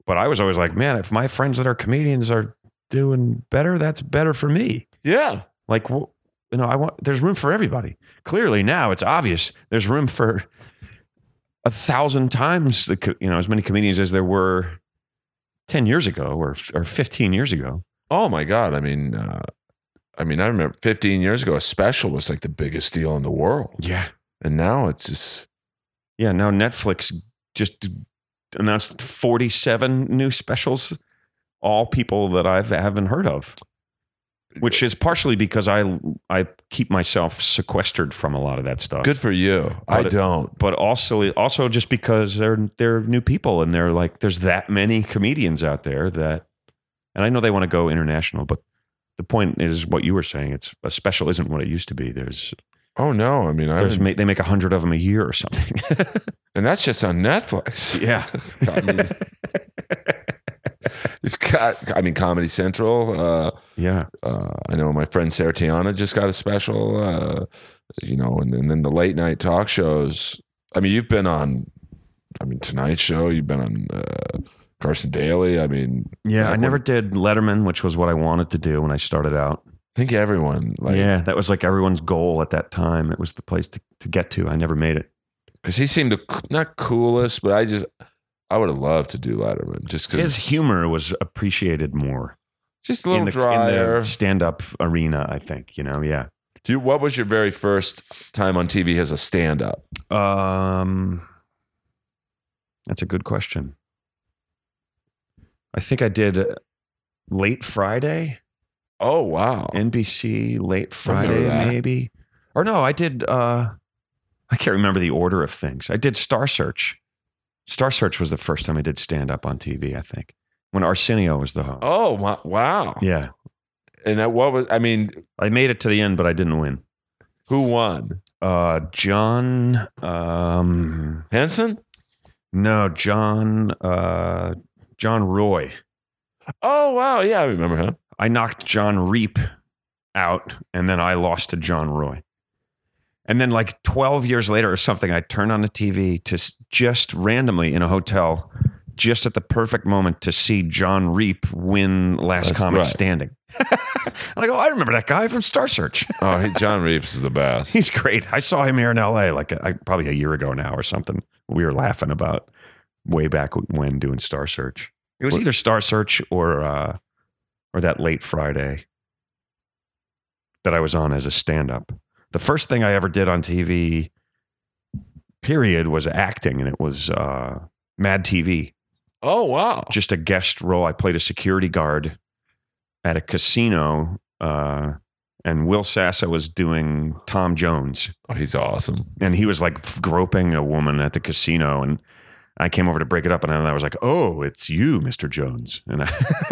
S2: But I was always like, man, if my friends that are comedians are doing better, that's better for me.
S1: Yeah,
S2: Like, wh- you know, I want, there's room for everybody. Clearly now it's obvious there's room for a thousand times the, co- you know, as many comedians as there were 10 years ago or, or 15 years ago.
S1: Oh my god! I mean, uh, I mean, I remember 15 years ago, a special was like the biggest deal in the world,
S2: Yeah.
S1: and now it's just
S2: Yeah. Now Netflix just announced 47 new specials, all people that I haven't heard of. Which is partially because I I keep myself sequestered from a lot of that stuff.
S1: good for you. I
S2: But it-
S1: don't.
S2: but also also just because they're they're new people and they're like there's that many comedians out there that and I know they want to go international, but the point is what you were saying. It's a special isn't what it used to be. There's
S1: Oh no! I mean, I
S2: there's
S1: was,
S2: ma- they make a hundred of them a year or something.
S1: and that's just on Netflix.
S2: yeah,
S1: I mean, you've got. I mean, Comedy Central. Uh,
S2: yeah,
S1: uh, I know my friend Sarah Tiana just got a special, uh, you know, and, and then the late night talk shows. I mean, you've been on, I mean, Tonight Show, you've been on uh, Carson Daly. I mean,
S2: yeah. I
S1: Like
S2: never
S1: when-
S2: did Letterman, which was what I wanted to do when I started out.
S1: I think everyone, like,
S2: yeah, that was like everyone's goal at that time. It was the place to, to get to. I never made it.
S1: because he seemed the c- not coolest, but I just, I would have loved to do Letterman just
S2: His
S1: because
S2: humor was appreciated more
S1: just a little
S2: in the,
S1: drier.
S2: stand up arena. I think you know. Yeah.
S1: Do you, what was your very first time on TV as a stand up?
S2: Um, that's a good question. I think I did uh, late Friday,
S1: Oh, wow.
S2: NBC late Friday,
S1: that.
S2: maybe. Or no, I did. Uh, I can't remember the order of things. I did Star Search. Star Search was the first time I did stand up on TV. I think when Arsenio was the host.
S1: oh, wow. wow.
S2: Yeah,
S1: And that, what was, I mean,
S2: I made it to the end, but I didn't win.
S1: who won?
S2: Uh, John. Um,
S1: Henson?
S2: no, John. Uh, John Roy.
S1: Oh wow, yeah, I remember him.
S2: I knocked John Reap out, and then I lost to John Roy. And then, like 12 years later or something, I turned on the TV to s- just randomly in a hotel, just at the perfect moment to see John Reap win Last
S1: That's
S2: Comic
S1: right.
S2: Standing. I'm like, oh, I remember that guy from Star Search.
S1: Oh, he, John Reeves is the best.
S2: He's great. I saw him here in LA like a, I- probably a year ago now or something. We were laughing about way back when doing Star Search. It was
S1: What-
S2: either Star Search or uh, or that late Friday that I was on as a stand up. The first thing I ever did on TV, period, was acting, and it was uh, Mad TV.
S1: Oh wow.
S2: just a guest role. I played a security guard at a casino, uh, and Will Sassa was doing Tom Jones,
S1: Oh, he's awesome.
S2: and he was like f- groping a woman at the casino, and I came over to break it up, and then I was like, "Oh, it's you, Mister Jones," and I,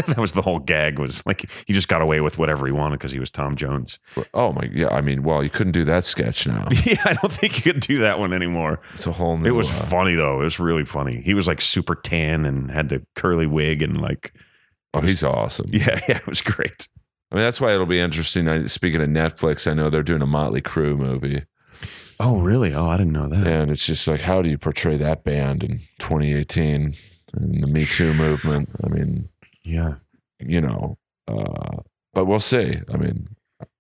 S2: that was the whole gag. Was like he just got away with whatever he wanted because he was Tom Jones.
S1: Oh my yeah. I mean, well, you couldn't do that sketch now.
S2: yeah, I don't think you could do that one anymore.
S1: It's a whole new.
S2: It was
S1: uh,
S2: funny though. It was really funny. He was like super tan and had the curly wig and like
S1: oh, he's awesome.
S2: yeah, yeah, it was great.
S1: I mean, that's why it'll be interesting. I, speaking of Netflix, I know they're doing a Motley Crue movie,
S2: Oh, really? Oh, I didn't know that.
S1: and it's just like, how do you portray that band in 2018 and the Me Too movement? I mean,
S2: Yeah.
S1: you know, uh, but we'll see. I mean,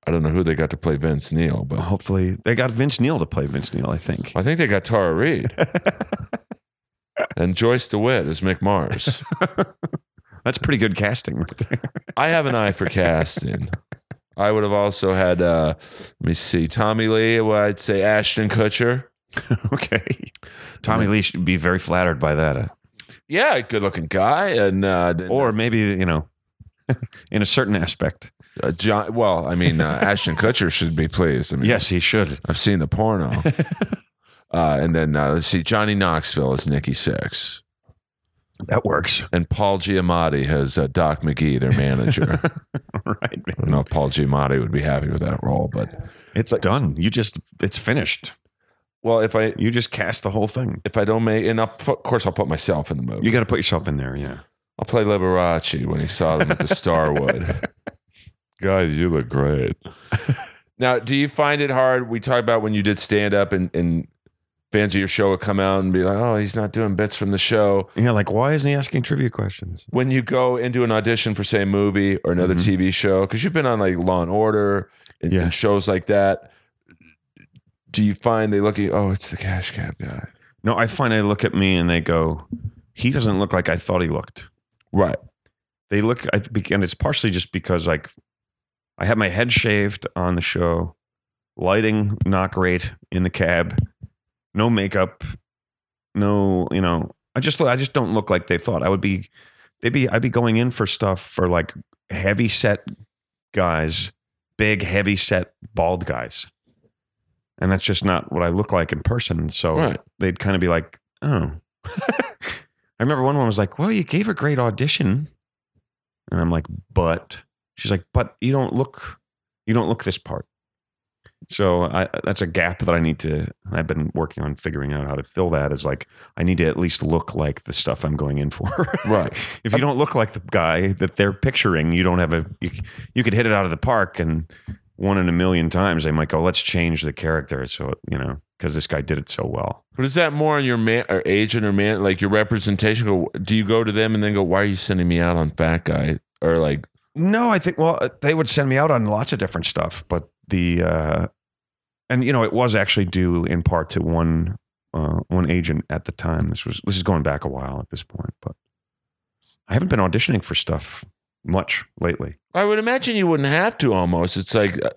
S1: I don't know who they got to play Vince Neil, but
S2: Hopefully, they got Vince Neil to play Vince Neil, I think.
S1: I think they got Tara Reid and Joyce DeWitt as Mick Mars.
S2: That's pretty good casting right there.
S1: I have an eye for casting. I would have also had, uh, let me see, Tommy Lee. Well, I'd say Ashton Kutcher.
S2: okay. Tommy Lee should be very flattered by that. uh,
S1: Yeah, good looking guy, and uh,
S2: or maybe, you know, in a certain aspect.
S1: uh, John. Well, I mean, uh, Ashton Kutcher should be pleased. I mean,
S2: Yes, he should.
S1: I've seen the porno. uh, and then uh, let's see, Johnny Knoxville is Nikki Six,
S2: That works.
S1: and Paul Giamatti has uh, Doc McGee, their manager. I
S2: All right. man.
S1: don't know if Paul Giamatti would be happy with that role, but
S2: It's done. You just, it's finished.
S1: well, if I
S2: You just cast the whole thing.
S1: if I don't make, and I'll put, of course I'll put myself in the movie.
S2: You got to put yourself in there. Yeah.
S1: I'll play Liberace when he saw them at the Starwood. Guys, you look great. now, do you find it hard? We talked about when you did stand up and, and fans of your show would come out and be like, oh, he's not doing bits from the show.
S2: Yeah. Like, why isn't he asking trivia questions?
S1: When you go into an audition for, say, a movie or another
S2: Mhm.
S1: TV show, because you've been on like Law and Order and,
S2: Yeah.
S1: and shows like that, do you find they look at you, oh, it's the cash cab guy?
S2: No, I find they look at me and they go, he doesn't look like I thought he looked.
S1: Right.
S2: they look I think, and it's partially just because like I had my head shaved on the show, lighting not great in the cab, no makeup, no you know I just I just don't look like they thought I would be. They'd be I'd be going in for stuff for like heavy set guys, big heavy set bald guys, and that's just not what I look like in person. So
S1: Right.
S2: they'd kind of be like, oh. I remember one woman was like, well, you gave a great audition. And I'm like, but she's like, but you don't look, you don't look this part. So I, that's a gap that I need to. I've been working on figuring out how to fill that. Is like I need to at least look like the stuff I'm going in for.
S1: Right.
S2: if you don't look like the guy that they're picturing, you don't have a. You, you could hit it out of the park, and one in a million times they might go, "Let's change the character." So you know, because this guy did it so well.
S1: But is that more on your man or agent or man, like your representation? Go, do you go to them and then go, why are you sending me out on fat guy? Or like,
S2: No, I think well uh, they would send me out on lots of different stuff, but the uh, and you know it was actually due in part to one uh, one agent at the time. This was this is going back a while at this point, but I haven't been auditioning for stuff much lately.
S1: I would imagine you wouldn't have to almost. It's like, uh,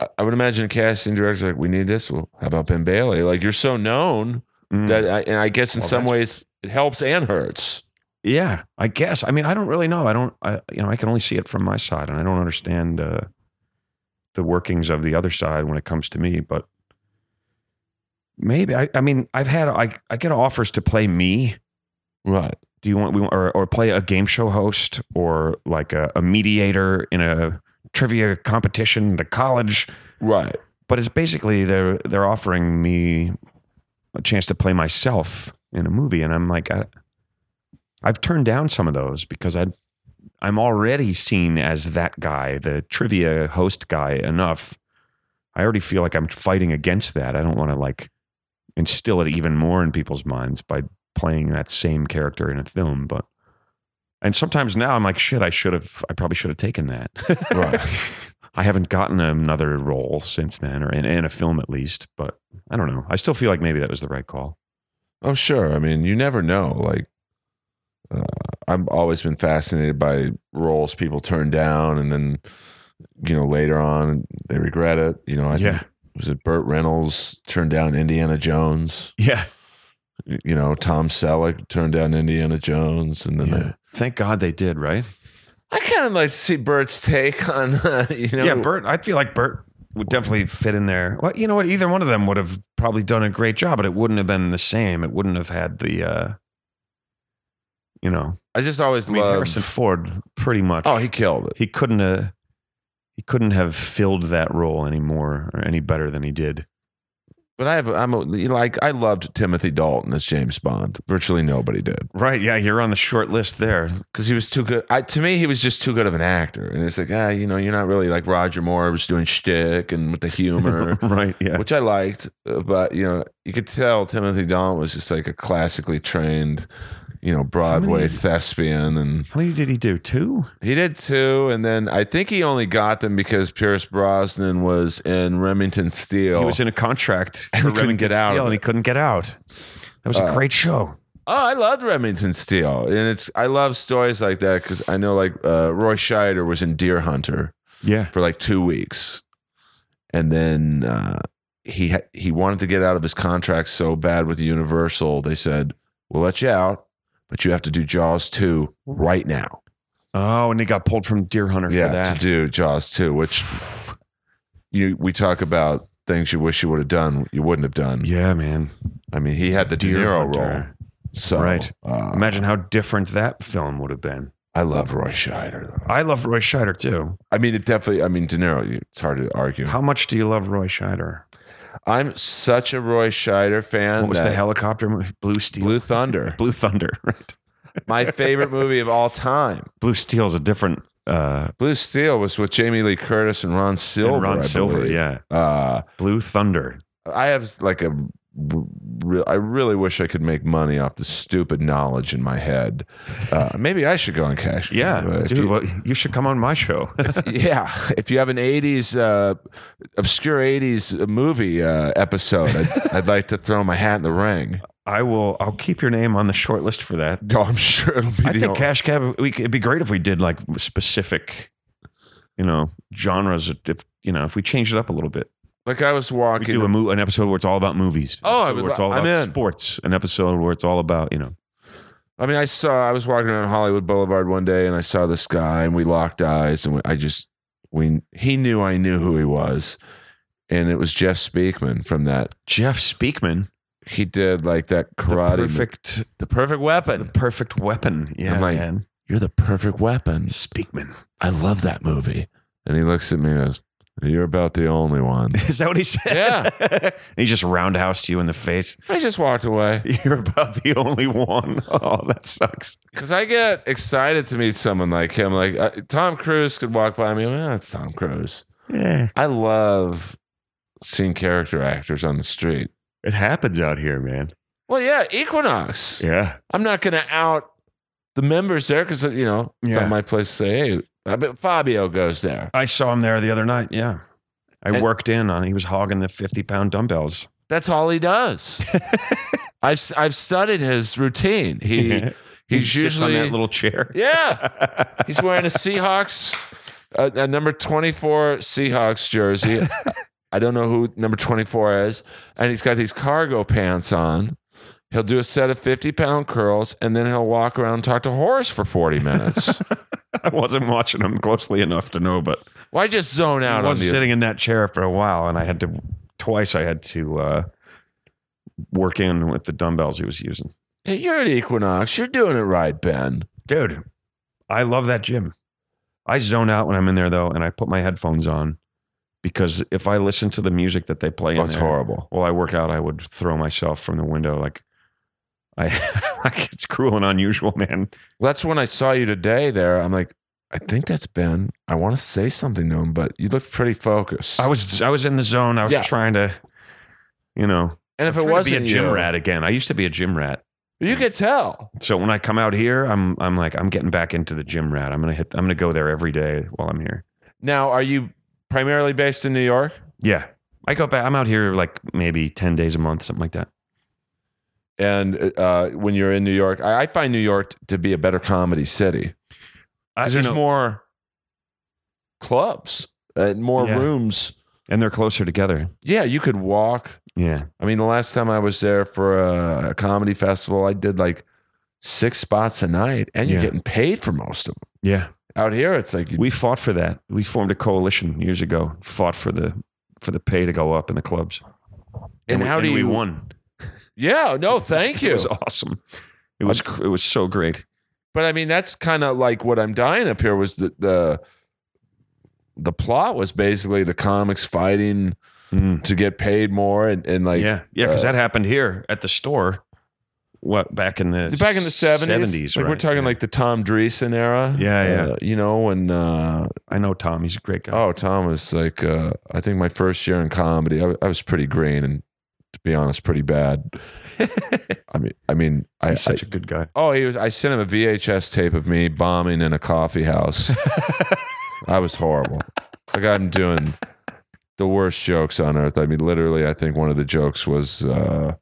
S1: I- I would imagine a casting director like, we need this. Well, how about Ben Bailey? Like you're so known
S2: Mm.
S1: that, I, and I guess in
S2: Well,
S1: some
S2: that's-
S1: ways it helps and hurts.
S2: yeah, I guess. I mean, I don't really know. I don't. I you know I can only see it from my side, and I don't understand uh, the workings of the other side when it comes to me, but. Maybe I, I mean I've had I, I get offers to play me
S1: Right.
S2: do you want we want, or, or play a game show host or like a, a mediator in a trivia competition the college
S1: Right.
S2: but it's basically they're they're offering me a chance to play myself in a movie and i'm like I, i've turned down some of those because i i'm already seen as that guy the trivia host guy enough i already feel like i'm fighting against that i don't want to like instill it even more in people's minds by playing that same character in a film but and sometimes now i'm like shit i should have i probably should have taken that
S1: Right.
S2: I haven't gotten another role since then, or in, in a film at least. But I don't know. I still feel like maybe that was the right call.
S1: Oh, sure. I mean, you never know. Like, uh, I've always been fascinated by roles people turn down, and then, you know, later on they regret it. You know, I think, was it Burt Reynolds turned down Indiana Jones?
S2: yeah.
S1: you know, Tom Selleck turned down Indiana Jones, and then
S2: Yeah. Thank God they did, right?
S1: I, I kind of like to see Bert's take on, uh, you know,
S2: yeah, Bert. I feel like Bert would definitely fit in there. Well, you know what? Either one of them would have probably done a great job, but it wouldn't have been the same. It wouldn't have had the, uh, you know,
S1: I just always
S2: I mean,
S1: love.
S2: Harrison Ford pretty much.
S1: Oh, he killed it.
S2: he couldn't uh, he couldn't have filled that role anymore or any better than he did.
S1: But I have, I'm a, like, I loved Timothy Dalton as James Bond. Virtually nobody did
S2: Right? Yeah, you're on the short list there.
S1: because he was too good. I, to me, he was just too good of an actor. And it's like, ah, you know, you're not really like Roger Moore was doing shtick and with the humor,
S2: right? Yeah.
S1: which I liked. uh, But you know, you could tell Timothy Dalton was just like a classically trained, you know, Broadway thespian, and
S2: How many did he do? Two?
S1: he did too. And then I think he only got them because Pierce Brosnan was in Remington Steele.
S2: He was in a contract
S1: Oh. And
S2: for
S1: he couldn't
S2: Remington
S1: get out
S2: Steele,
S1: of
S2: and he
S1: it.
S2: couldn't get out. That was a
S1: Uh,
S2: great show.
S1: Oh, I loved Remington Steele, and it's I love stories like that because I know like uh, Roy Scheider was in Deer Hunter
S2: Yeah.
S1: for like two weeks, and then uh, he ha- he wanted to get out of his contract so bad with Universal, they said we'll let you out, but you have to do Jaws two right now.
S2: Oh, and he got pulled from Deer Hunter for
S1: Yeah, to
S2: that.
S1: do Jaws two, which you we talk about things you wish you would have done, you wouldn't have done.
S2: yeah, man.
S1: I mean, he had the De
S2: Deer
S1: Niro
S2: Hunter.
S1: role, so
S2: Right.
S1: uh,
S2: Imagine how different that film would have been.
S1: I love Roy Scheider though.
S2: I love Roy Scheider too.
S1: I mean, it definitely. I mean, De Niro. you- It's hard to argue.
S2: How much do you love Roy Scheider?
S1: I'm such a Roy Scheider fan.
S2: What was the
S1: that-
S2: helicopter movie? Blue Steel.
S1: Blue Thunder,
S2: Blue Thunder, right?
S1: my favorite movie of all time.
S2: Blue Steel's a different uh
S1: Blue Steel was with Jamie Lee Curtis and Ron Silver.
S2: and Ron
S1: I
S2: Silver,
S1: believe.
S2: yeah.
S1: Uh,
S2: Blue Thunder.
S1: I have like a. re- I really wish I could make money off the stupid knowledge in my head. Uh, maybe I should go on cash. Cab,
S2: Yeah.
S1: but if
S2: Dude,
S1: you-
S2: well, you should come on my show.
S1: yeah. If you have an 80s, uh, obscure 80s movie uh, episode, I'd, I'd like to throw my hat in the ring.
S2: I will I'll keep your name on the short list for that.
S1: No, I'm sure it'll be
S2: I
S1: the
S2: think
S1: only-
S2: Cash Cab. We, c- it'd be great if we did like specific, you know, genres. If you know, if we changed it up a little bit,
S1: like I was
S2: we
S1: walking.
S2: do a mo- an episode where it's all about movies.
S1: Oh, I
S2: Episode
S1: would
S2: where it's
S1: li-
S2: all
S1: I'm
S2: about
S1: in.
S2: sports. An episode where it's all about you know.
S1: I mean, I saw I was walking around Hollywood Boulevard one day, and I saw this guy, and we locked eyes, and we, I just we he knew I knew who he was, and it was Jeff Speakman from that.
S2: Jeff Speakman,
S1: He did like that
S2: the
S1: karate,
S2: perfect,
S1: the perfect
S2: the
S1: weapon.
S2: perfect weapon. Yeah,
S1: I'm like-
S2: man.
S1: You're the perfect weapon.
S2: Speakman.
S1: I love that movie. And he looks at me and goes, "You're about the only one."
S2: Is that what he said?
S1: Yeah.
S2: he just roundhoused you in the face.
S1: I just walked away
S2: You're about the only one. Oh, that sucks.
S1: because I get excited to meet someone like him. Like uh, Tom Cruise could walk by me, well, that's Tom Cruise.
S2: Yeah,
S1: I love seeing character actors on the street.
S2: it happens out here, man.
S1: Well, yeah, Equinox.
S2: Yeah,
S1: I'm not going to out the members there because, you know, it's
S2: Yeah.
S1: not my place to say, hey, I bet Fabio goes there.
S2: I saw him there the other night. Yeah. I
S1: And-
S2: worked in on he was hogging the 50 pound dumbbells.
S1: That's all he does. I've, I've studied his routine. He,
S2: He
S1: he's
S2: sits
S1: usually,
S2: on that little chair.
S1: yeah, he's wearing a Seahawks, a, a number 24 Seahawks jersey. I don't know who number 24 is. And he's got these cargo pants on. He'll do a set of 50 pound curls and then he'll walk around and talk to Horace for 40 minutes.
S2: I wasn't watching him closely enough to know, but
S1: Why just zone
S2: I
S1: out on
S2: was
S1: the
S2: sitting in that chair for a while and I had to twice I had to uh, work in with the dumbbells he was using.
S1: Hey, You're at Equinox. You're doing it right, Ben.
S2: Dude, I love that gym. I zone out when I'm in there though, and I put my headphones on because if I listen to the music that they play in
S1: That's
S2: there,
S1: horrible.
S2: while I work out, I would throw myself from the window. Like, I, like it's cruel and unusual, man.
S1: Well, that's when I saw you today there. I'm like, I think that's Ben. I want to say something to him, but you look pretty focused.
S2: I was, I was in the zone. I was
S1: Yeah.
S2: trying to, you know,
S1: and if it
S2: trying to
S1: wasn't
S2: be a gym
S1: you,
S2: rat again. I used to be a gym rat,
S1: you could tell.
S2: so when I come out here, I'm, I'm like, I'm getting back into the gym rat. I'm gonna hit, I'm gonna go there every day while I'm here.
S1: Now, are you primarily based in New York?
S2: Yeah, I go back. I'm out here like maybe ten days a month, something like that.
S1: And uh, when you're in New York, I, I find New York to be a better comedy city
S2: I,
S1: because
S2: you
S1: there's
S2: know,
S1: more clubs and more
S2: Yeah.
S1: rooms
S2: and they're closer together.
S1: Yeah, you could walk.
S2: Yeah,
S1: I mean, the last time I was there for a, a comedy festival, I did like six spots a night, and you're
S2: Yeah.
S1: getting paid for most of them.
S2: yeah.
S1: Out here, it's like you,
S2: We fought for that. We formed a coalition years ago. Fought for the for the pay to go up in the clubs.
S1: and,
S2: we,
S1: how do
S2: we
S1: you?
S2: won?
S1: Yeah, no, thank
S2: It
S1: you.
S2: was awesome. It was cr- it was so great.
S1: But I mean, that's kind of like what I'm dying up here was the the the plot was basically the comics fighting
S2: Mm.
S1: to get paid more and, and like
S2: yeah, yeah, because
S1: uh,
S2: that happened here at the store. What back in the
S1: back in the 70s, like we're
S2: right,
S1: talking
S2: yeah.
S1: like the Tom Dreesen era.
S2: Yeah, yeah.
S1: Uh, you know, when uh,
S2: I know Tom. He's a great guy.
S1: oh, Tom was like uh, I think my first year in comedy, I, I was pretty green and to be honest, pretty bad. I mean, I mean, I,
S2: he's
S1: I
S2: such a good guy.
S1: oh, he was. I sent him a VHS tape of me bombing in a coffee house. I was horrible. Like I'm doing the worst jokes on earth. I mean, literally, I think one of the jokes was uh,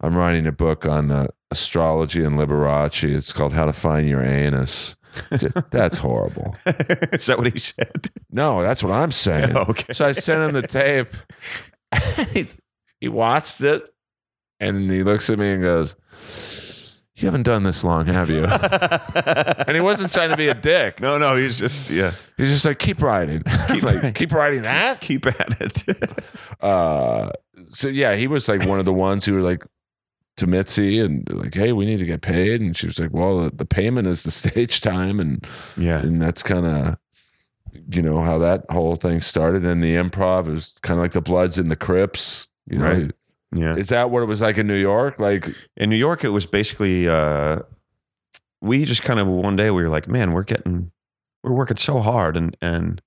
S1: I'm writing a book on uh, astrology and Liberace. It's called How to Find Your Anus. D- That's horrible.
S2: Is that what he said?
S1: No, that's what I'm saying.
S2: Oh, okay.
S1: So I sent him the tape. he, he watched it and he looks at me and goes, You haven't done this long, have you? And he wasn't trying to be a dick.
S2: no, no, he's just yeah.
S1: He's just like, Keep writing. Keep, like,
S2: writing.
S1: keep writing that?
S2: Keep at it.
S1: Uh, so yeah, he was like one of the ones who were like to Mitzi and like, hey, we need to get paid, and she was like, well, the, the payment is the stage time, and
S2: yeah.
S1: and that's kind of you know how that whole thing started. And the improv is kind of like the Bloods and the Crips, you know.
S2: Right. Yeah.
S1: Is that what it was like in New York? Like,
S2: in New York, it was basically uh, we just kind of one day we were like, man, we're getting we're working so hard, and and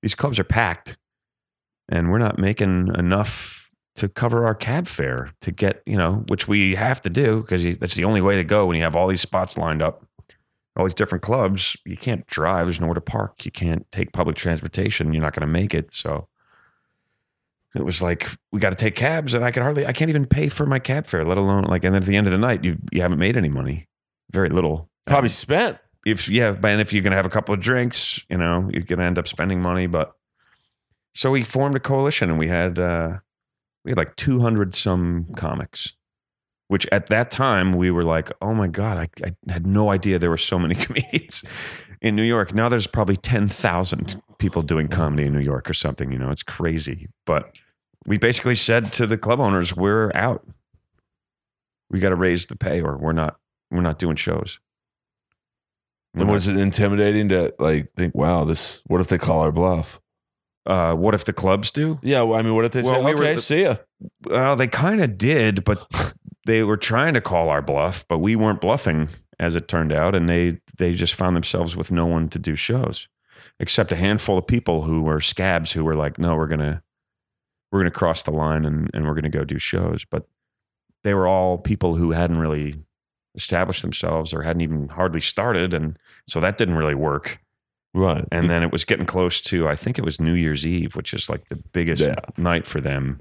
S2: these clubs are packed, and we're not making enough to cover our cab fare to get you know, which we have to do because that's the only way to go when you have all these spots lined up. All these different clubs, you can't drive. There's nowhere to park. You can't take public transportation. You're not going to make it. So it was like we got to take cabs and i could hardly i can't even pay for my cab fare let alone like and at the end of the night you you haven't made any money very little
S1: probably
S2: Um,
S1: spent.
S2: if yeah but and if you're gonna have a couple of drinks you know you're gonna end up spending money but so we formed a coalition and we had uh we had like 200 some comics which at that time we were like oh my god i, I had no idea there were so many comedians in new york now there's probably 10,000 people doing comedy in new york or something you know it's crazy but we basically said to the club owners we're out we got to raise the pay or we're not we're not doing shows
S1: And was it intimidating to like think, wow, this? What if they call our bluff?
S2: uh, what if the clubs do?
S1: Yeah, well, I mean, what if they
S2: Well,
S1: say,
S2: we
S1: okay,
S2: were the-
S1: see ya?
S2: Well, they kind of did, but they were trying to call our bluff, but we weren't bluffing, as it turned out, and they they just found themselves with no one to do shows, except a handful of people who were scabs who were like, no, we're gonna we're gonna cross the line and and we're gonna go do shows, but they were all people who hadn't really established themselves or hadn't even hardly started, and so that didn't really work.
S1: Right.
S2: And then it was getting close to, I think it was New Year's Eve, which is like the biggest
S1: Yeah.
S2: night for them.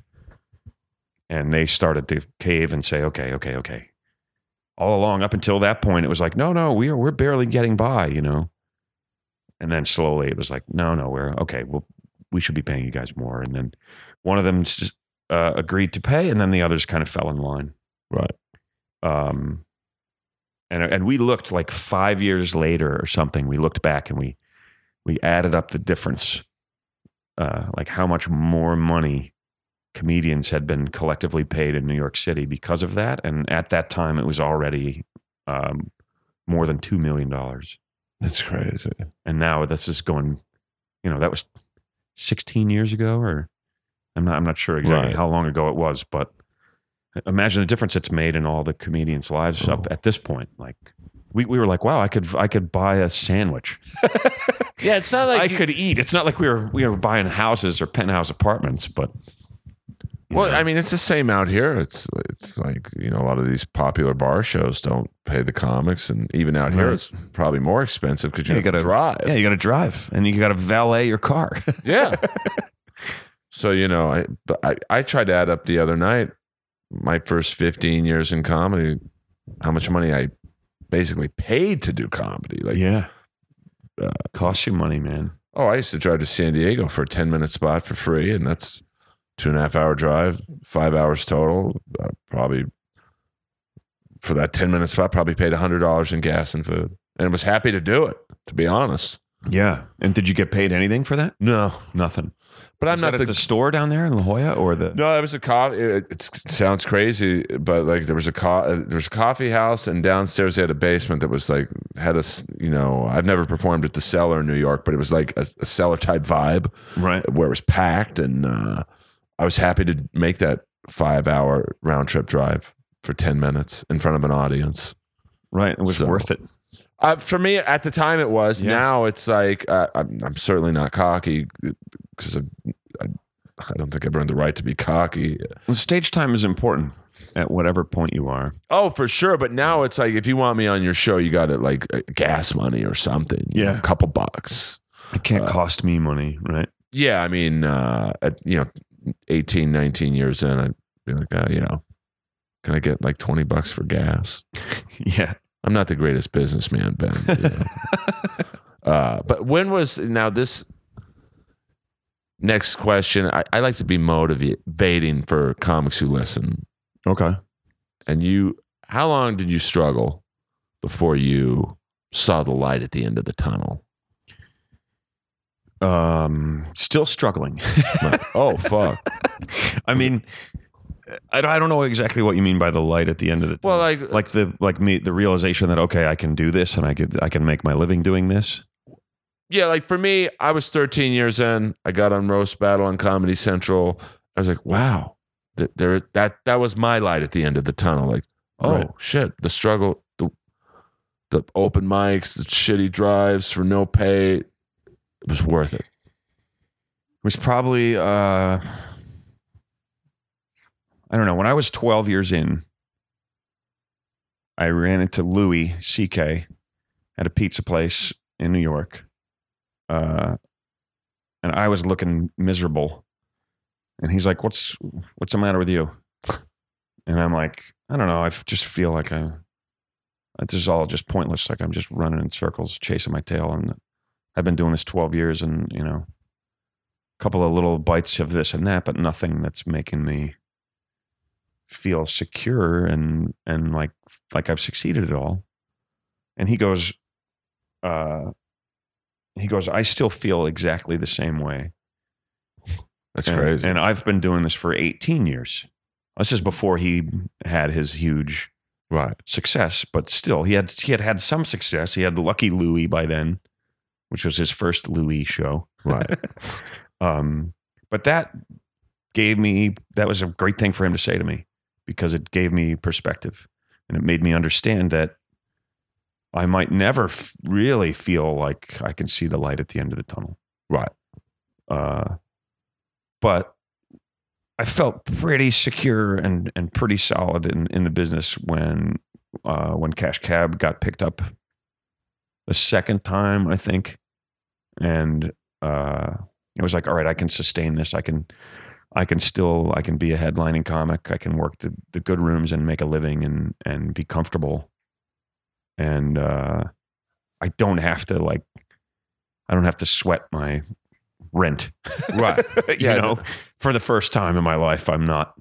S2: And they started to cave and say, okay, okay, okay. All along up until that point, it was like, no, no, we're we're barely getting by, you know. And then slowly it was like, no, no, we're okay. Well, we should be paying you guys more. And then one of them s- uh, agreed to pay, and then the others kind of fell in line.
S1: Right.
S2: Um. And and we looked like five years later or something. We looked back and we we added up the difference, uh, like how much more money comedians had been collectively paid in New York City because of that. And at that time, it was already um, more than two million dollars.
S1: That's crazy.
S2: And now this is going, you know, that was 16 years ago, or I'm not, I'm not sure exactly
S1: Right.
S2: how long ago it was, but imagine the difference it's made in all the comedians' lives up
S1: Oh.
S2: at this point. Like we, we were like, wow, I could, I could buy a sandwich.
S1: Yeah, it's not like
S2: I
S1: you-
S2: could eat. It's not like we were we were buying houses or penthouse apartments, but you
S1: Well,
S2: know.
S1: I mean, it's the same out here. It's it's like you know a lot of these popular bar shows don't pay the comics, and even out here,
S2: Right.
S1: it's probably more expensive because you,
S2: Yeah, you
S1: got to
S2: gotta-
S1: drive.
S2: yeah, you got to drive and you got to valet your car.
S1: Yeah. so you know, I, but I I tried to add up the other night my first fifteen years in comedy, how much money I basically paid to do comedy. Like
S2: yeah, costs you money, man.
S1: Oh, I used to drive to San Diego for a 10 minute spot for free, and that's two and a half hour drive, five hours total. I probably for that 10 minute spot, probably paid $100 in gas and food and was happy to do it, to be honest.
S2: Yeah. And did you get paid anything for that?
S1: No,
S2: Nothing.
S1: but I'm
S2: Was
S1: not
S2: that
S1: the,
S2: at the store down there in La Jolla or the
S1: No, it was a coffee. It, it sounds crazy, but like there was a co- uh, there was a coffee house, and downstairs they had a basement that was like had a s- you know I've never performed at the cellar in New York, but it was like a, a cellar type vibe
S2: right?
S1: where it was packed, and uh, I was happy to make that five hour round trip drive for ten minutes in front of an audience.
S2: Right. It was
S1: So-
S2: worth it.
S1: Uh, for me, at the time, it was.
S2: Yeah.
S1: Now it's like uh, I'm, I'm certainly not cocky because I, I, I don't think I've earned the right to be cocky.
S2: Well, stage time is important at whatever point you are.
S1: Oh, for sure. But now it's like if you want me on your show, you got to like uh, gas money or something. you know,
S2: Yeah.
S1: a couple bucks.
S2: It can't
S1: Uh,
S2: cost me money, right?
S1: Yeah, I mean, uh, at, you know, 18, 19 years in, I'd be like, uh, you know, can I get like twenty bucks for gas?
S2: Yeah.
S1: I'm not the greatest businessman, Ben. you know. uh, but when was now this? Next question. I, I like to be motivating for comics who listen.
S2: Okay.
S1: and you how long did you struggle before you saw the light at the end of the tunnel
S2: Um, still struggling.
S1: Like, oh fuck
S2: I mean, I, I don't know exactly what you mean by the light at the end of the.
S1: well
S2: tunnel.
S1: like
S2: like the like me the realization that okay, I can do this and I could I can make my living doing this.
S1: yeah like for me i was 13 years in i got on roast battle on comedy central i was like wow th- there that that was my light at the end of the tunnel like oh
S2: Right.
S1: shit the struggle the the open mics the shitty drives for no pay it was worth it
S2: It was probably uh, I don't know when I was twelve years in. I ran into Louis C.K. at a pizza place in New York, uh, and I was looking miserable. And he's like, "What's what's the matter with you?" And I'm like, "I don't know. I f- just feel like I this is all just pointless. Like I'm just running in circles, chasing my tail. And I've been doing this 12 years, and you know, a couple of little bites of this and that, but nothing that's making me feel secure and and like like I've succeeded at all." And he goes, uh, he goes, "I still feel exactly the same way."
S1: that's
S2: and,
S1: crazy
S2: And I've been doing this for 18 years. This is before he had his huge
S1: right
S2: success, but still, he had he had had some success. He had Lucky Louie by then, which was his first Louie show.
S1: right
S2: Um, but that gave me that was a great thing for him to say to me because it gave me perspective and it made me understand that I might never f- really feel like I can see the light at the end of the tunnel.
S1: Right.
S2: Uh, but I felt pretty secure and and pretty solid in in the business when uh, when Cash Cab got picked up the second time, I think, and uh, it was like, all right, I can sustain this. I can, I can still, I can be a headlining comic. I can work the, the good rooms and make a living and and be comfortable. And uh, I don't have to like, I don't have to sweat my rent.
S1: right
S2: you
S1: Yeah.
S2: know, for the first time in my life, I'm not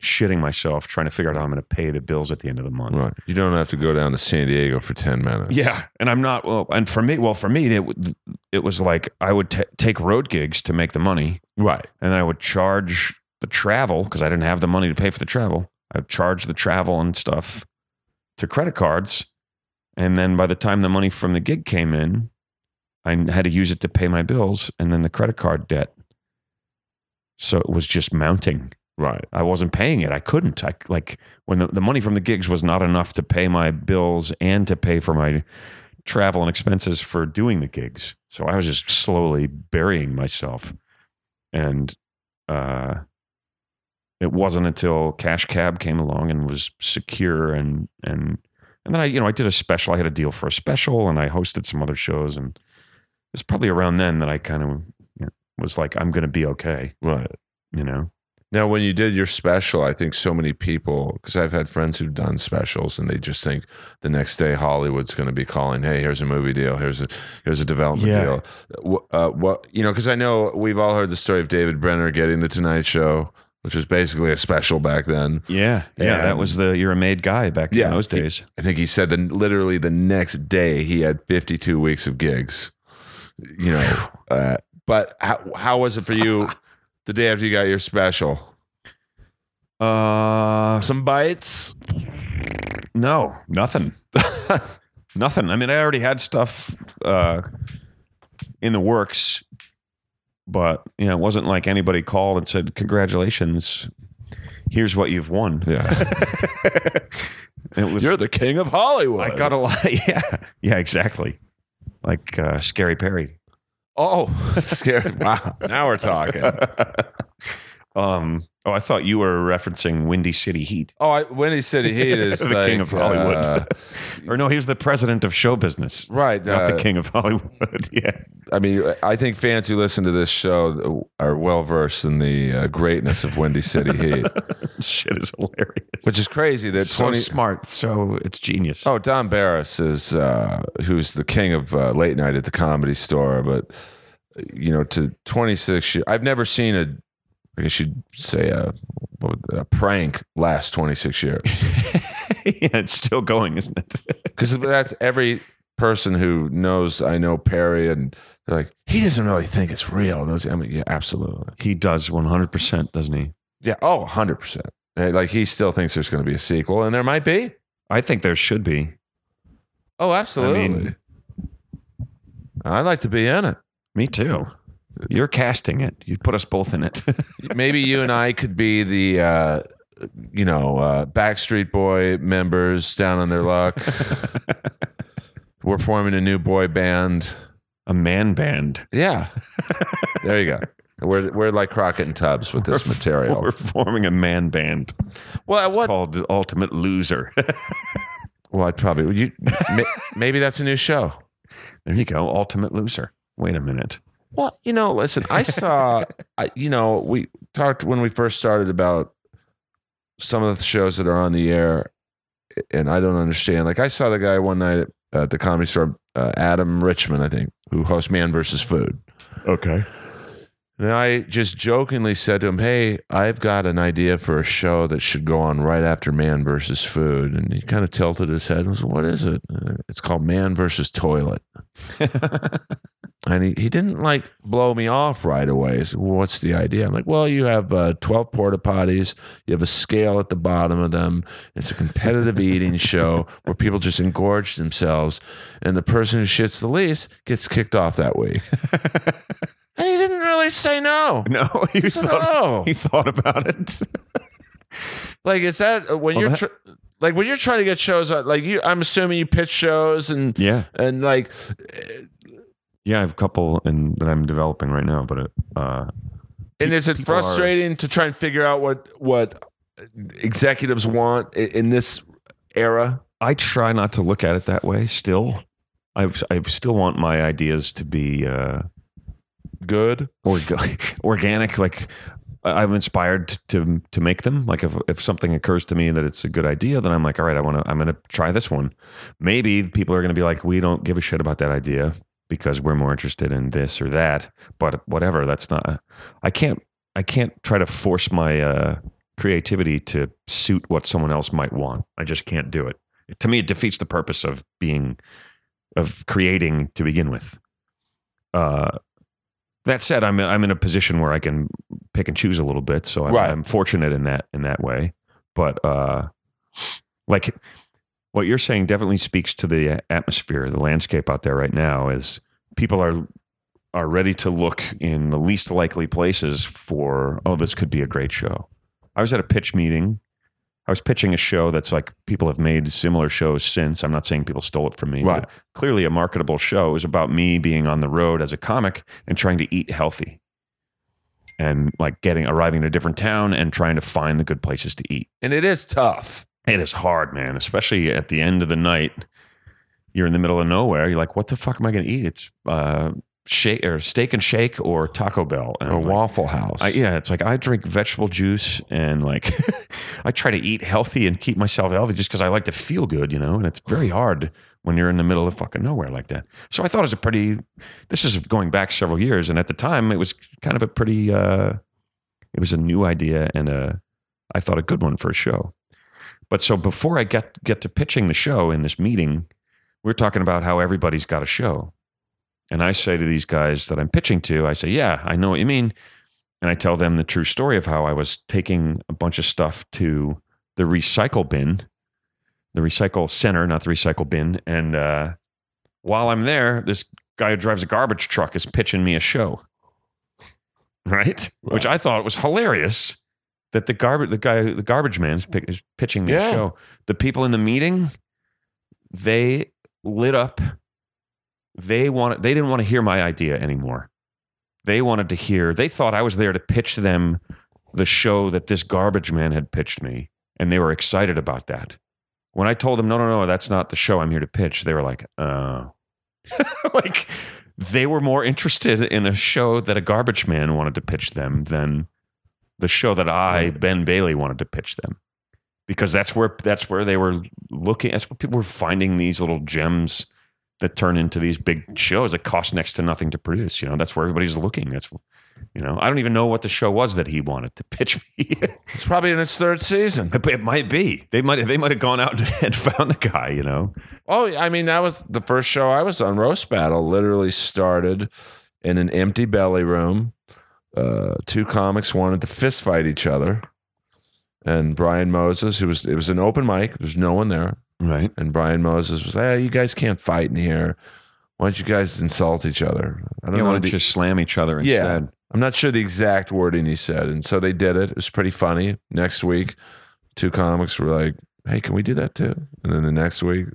S2: shitting myself trying to figure out how I'm going to pay the bills at the end of the month.
S1: Right. You don't have to go down to San Diego for 10 minutes.
S2: Yeah, and I'm not well. And for me, well, for me, it w- it was like I would ta take road gigs to make the money,
S1: Right.
S2: and I would charge the travel because I didn't have the money to pay for the travel. I would charge the travel and stuff to credit cards, and then by the time the money from the gig came in, I had to use it to pay my bills and then the credit card debt. So it was just mounting.
S1: Right.
S2: I wasn't paying it. I couldn't. I like when the, the money from the gigs was not enough to pay my bills and to pay for my travel and expenses for doing the gigs. So I was just slowly burying myself. And uh it wasn't until Cash Cab came along and was secure and and and then I, you know, I did a special. I had a deal for a special and I hosted some other shows and it's probably around then that I kind of you know, was like, I'm gonna be okay,
S1: Right.
S2: you know.
S1: Now, when you did your special, I think so many people, because I've had friends who've done specials, and they just think the next day Hollywood's going to be calling, "Hey, here's a movie deal. Here's a here's a development
S2: Yeah.
S1: deal." What, uh, what you know? Because I know we've all heard the story of David Brenner getting the Tonight Show, which was basically a special back then.
S2: Yeah, yeah,
S1: And-
S2: that was the you're a made guy back
S1: Yeah.
S2: in those days.
S1: I think he said that literally the next day he had 52 weeks of gigs. You know, uh, but how how was it for you the day after you got your special?
S2: Uh,
S1: Some bites.
S2: no, nothing, nothing. I mean, I already had stuff uh, in the works, but you know, it wasn't like anybody called and said, "Congratulations, here's what you've won."
S1: Yeah.
S2: It was
S1: You're the king of Hollywood.
S2: I got a lot. Yeah, yeah, exactly. Like uh, Scary Perry.
S1: oh, that's scary. wow. Now we're talking.
S2: Um. Oh, I thought you were referencing Windy City Heat.
S1: Oh, I, Windy City Heat is
S2: The
S1: like,
S2: king of Hollywood.
S1: uh,
S2: Or no, he was the president of show business,
S1: right.
S2: not
S1: uh,
S2: the king of Hollywood. yeah.
S1: I mean, I think fans who listen to this show are well versed in the uh, greatness of Windy City Heat,
S2: Shit is hilarious.
S1: which is crazy that
S2: so
S1: 20
S2: smart. So it's genius.
S1: Oh, Don Barris is uh, who's the king of uh, late night at the comedy store, but uh, you know, to 26 years, I've never seen a, I guess you'd say a, what would- a prank last 26 years
S2: yeah, it's still going, isn't it?
S1: because that's every person who knows I know Perry and they're like, he doesn't really think it's real. Does he? I mean, yeah, absolutely.
S2: He does 100%, doesn't he?
S1: Yeah. Oh, 100%. Uh, Like he still thinks there's going to be a sequel and there might be.
S2: I think there should be.
S1: Oh, absolutely. I
S2: mean-
S1: I'd like to be in it.
S2: Me too. You're casting it. You put us both in it.
S1: maybe you and I could be the uh, you know uh, Backstreet Boy members down on their luck. We're forming a new boy band.
S2: A man band.
S1: Yeah, there you go. We're we're like Crockett and Tubbs with this material.
S2: We're forming a man band
S1: well, what?
S2: called The Ultimate Loser.
S1: Well, I'd probably you. may, maybe that's a new show.
S2: there you go. Ultimate Loser. Wait a minute.
S1: Well, you know, listen, I saw, I, you know, we talked when we first started about some of the shows that are on the air, and I don't understand. Like, I saw the guy one night at, at the comedy store, uh, Adam Richmond, I think, who hosts Man versus Food.
S2: Okay.
S1: And I just jokingly said to him, Hey, I've got an idea for a show that should go on right after Man versus Food. And he kind of tilted his head and was, What is it? Uh, It's called Man versus Toilet. And he, he didn't like blow me off right away. He said, well, what's the idea? I'm like, well, you have uh, 12 porta potties. You have a scale at the bottom of them. It's a competitive eating show where people just engorge themselves. And the person who shits the least gets kicked off that week. and he didn't really say no.
S2: no, you
S1: He said,
S2: thought,
S1: oh.
S2: you thought about it.
S1: Like, is that uh, when
S2: Well,
S1: you're.
S2: that-
S1: Tr- like when you're trying to get shows, on- like you, I'm assuming you pitch shows and
S2: Yeah.
S1: and like uh,
S2: Yeah, I have a couple in, that I'm developing right now, but uh,
S1: And is it
S2: people are-
S1: frustrating to try and figure out what what executives want i- in this era?
S2: I try not to look at it that way. Still, I've I still want my ideas to be uh,
S1: Good.
S2: org- organic. Like I- I'm inspired to to make them. Like if if something occurs to me that it's a good idea, then I'm like, all right, I want to. I'm going to try this one. Maybe people are going to be like, we don't give a shit about that idea because we're more interested in this or that. But whatever, that's not. I can't. I can't try to force my uh, creativity to suit what someone else might want. I just can't do it. To me, it defeats the purpose of being of creating to begin with. Uh, that said, I'm I'm in a position where I can pick and choose a little bit, so I'm,
S1: Right.
S2: I'm fortunate in that in that way. But uh, like what you're saying, definitely speaks to the atmosphere, the landscape out there right now. Is people are are ready to look in the least likely places for oh, this could be a great show. I was at a pitch meeting. I was pitching a show that's like people have made similar shows since. I'm not saying people stole it from me, but
S1: Right.
S2: clearly a marketable show. It was about me being on the road as a comic and trying to eat healthy and like getting arriving at a different town and trying to find the good places to eat.
S1: And it is tough.
S2: It is hard, man, especially at the end of the night. You're in the middle of nowhere. You're like, what the fuck am I going to eat? It's uh, shake or steak and shake or Taco Bell and
S1: Or
S2: I'm like,
S1: Waffle House.
S2: I, yeah, it's like I drink vegetable juice and like I try to eat healthy and keep myself healthy just because I like to feel good, you know. And it's very hard when you're in the middle of fucking nowhere like that. So I thought it was a pretty. This is going back several years, and at the time it was kind of a pretty. uh It was a new idea and a, I thought a good one for a show. But so before I get get to pitching the show in this meeting, we're talking about how everybody's got a show. And I say to these guys that I'm pitching to, I say, "Yeah, I know what you mean." and I tell them the true story of how I was taking a bunch of stuff to the recycle bin, the recycle center, not the recycle bin. And uh, while I'm there, this guy who drives a garbage truck is pitching me a show, right? Which I thought was hilarious. That the garbage, the guy, the garbage man is, pick, is pitching me
S1: Yeah.
S2: a show. The people in the meeting, they lit up. They wanted, they didn't want to hear my idea anymore they wanted to hear they thought i was there to pitch them the show that this garbage man had pitched me and they were excited about that when i told them no no no that's not the show i'm here to pitch they were like oh like they were more interested in a show that a garbage man wanted to pitch them than the show that i ben bailey wanted to pitch them because that's where that's where they were looking that's where people were finding these little gems that turn into these big shows that cost next to nothing to produce. You know, that's where everybody's looking. That's, you know, I don't even know what the show was that he wanted to pitch me.
S1: It's probably in its third season.
S2: But it might be they might they might have gone out and found the guy. You know,
S1: Oh, I mean, that was the first show I was on. Roast Battle literally started in an empty belly room. Uh, two comics wanted to fist fight each other, and Brian Moses, who was it was an open mic. There's no one there,
S2: right?
S1: and Brian Moses was, "Hey, you guys can't fight in here. Why don't you guys insult each other?" I don't
S2: You
S1: know.
S2: want
S1: the-
S2: to just slam each other
S1: Yeah.
S2: instead.
S1: I'm not sure the exact wording he said, and so they did it. It was pretty funny. Next week, two comics were like, "Hey, can we do that too?" And then the next week,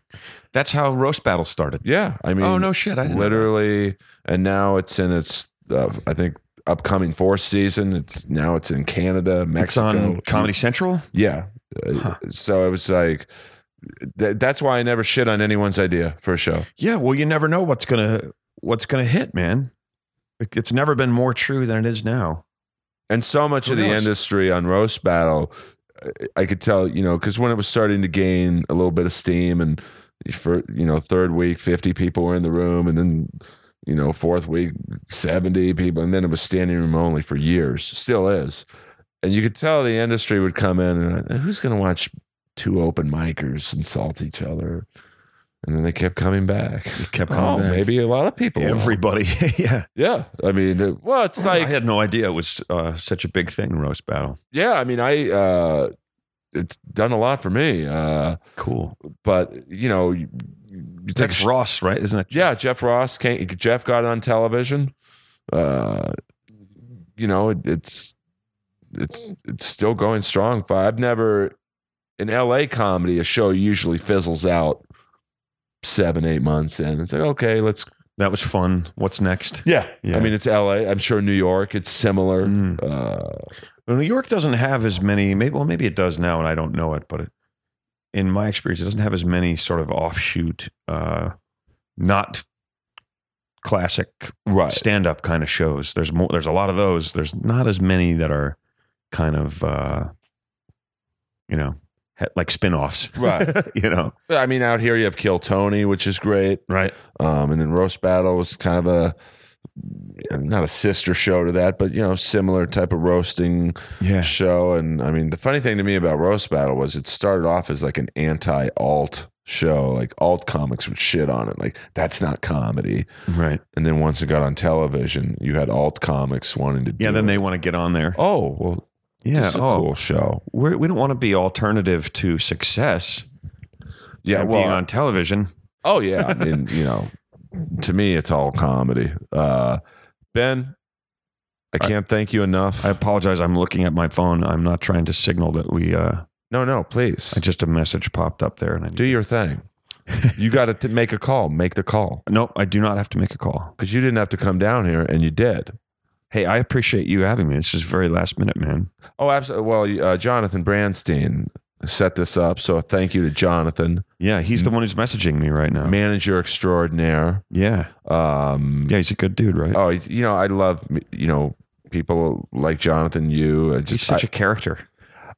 S2: That's how roast battle started.
S1: yeah, I mean,
S2: oh no shit! I didn't know
S1: literally and now it's in its uh, i think upcoming fourth season it's now it's in canada
S2: that. it's
S1: mexico
S2: on Comedy Central.
S1: yeah Uh,
S2: Huh.
S1: so it was like th- that's why i never shit on anyone's idea for a show
S2: Yeah, well, you never know what's gonna what's gonna hit, man. It- It's never been more true than it is now.
S1: and so much
S2: Who
S1: of the
S2: knows?
S1: industry on roast battle uh, i could tell you know because when it was starting to gain a little bit of steam and for you know third week 50 people were in the room and then you know fourth week 70 people and then it was standing room only for years still is and you could tell the industry would come in and uh, who's going to watch two open micers insult each other and then they kept coming back
S2: kept
S1: oh
S2: coming back.
S1: maybe a lot of people will.
S2: Everybody, yeah.
S1: yeah i mean it- well it's
S2: I
S1: like
S2: had no idea it was uh, such a big thing, roast battle.
S1: yeah i mean i uh it's done a lot for me uh
S2: Cool.
S1: but you know you, you take a
S2: That's Ross, right? Isn't it?
S1: yeah, Jeff Ross came. Jeff got on television. Uh, you know, it, it's it's it's still going strong. I've never in LA comedy a show usually fizzles out seven eight months in. It's like okay, let's
S2: That was fun. What's next?
S1: yeah.
S2: Yeah.
S1: I mean, it's LA. I'm sure New York. It's similar.
S2: Mm.
S1: Uh,
S2: Well, New York doesn't have as many. Maybe well, maybe it does now, and I don't know it. But it, in my experience, it doesn't have as many sort of offshoot, uh, not classic
S1: right.
S2: stand-up kind of shows. There's more. There's a lot of those. There's not as many that are kind of, uh, you know, he- like spin-offs.
S1: Right.
S2: you know.
S1: I mean, out here you have Kill Tony, which is great.
S2: Right.
S1: Um, and then Roast Battle was kind of a not a sister show to that, but you know, similar type of roasting
S2: Yeah.
S1: show. And I mean, the funny thing to me about Roast Battle was it started off as like an anti alt show. Like alt comics would shit on it, like that's not comedy.
S2: Right.
S1: And then once it got on television, you had alt comics wanting to.
S2: Yeah.
S1: do
S2: Then
S1: it.
S2: they want to get on there.
S1: Oh well, yeah,
S2: yeah. oh.
S1: a cool show.
S2: We're, we don't want to be alternative to success.
S1: Yeah,
S2: and
S1: well,
S2: being on television.
S1: Oh yeah, I mean, you know, to me it's all comedy. Uh, ben, I
S2: I-
S1: can't thank you enough.
S2: I apologize. I'm looking at my phone. I'm not trying to signal that we. Uh,
S1: no, no, please
S2: I just a message popped up there, and I
S1: do your thing. you got to make a call. Make the call
S2: Nope, I do not have to make a call.
S1: because you didn't have to come down here, and you did.
S2: Hey, I appreciate you having me. This is very last minute, man.
S1: Oh, absolutely. Well, uh, Jonathan Brandstein set this up. So thank you to Jonathan,
S2: Yeah, he's the one who's messaging me right now.
S1: manager extraordinaire.
S2: Yeah.
S1: Um,
S2: Yeah, he's a good dude, right?
S1: Oh, you know, I love you know people like Jonathan. You I
S2: he's
S1: just
S2: such
S1: I-
S2: a character.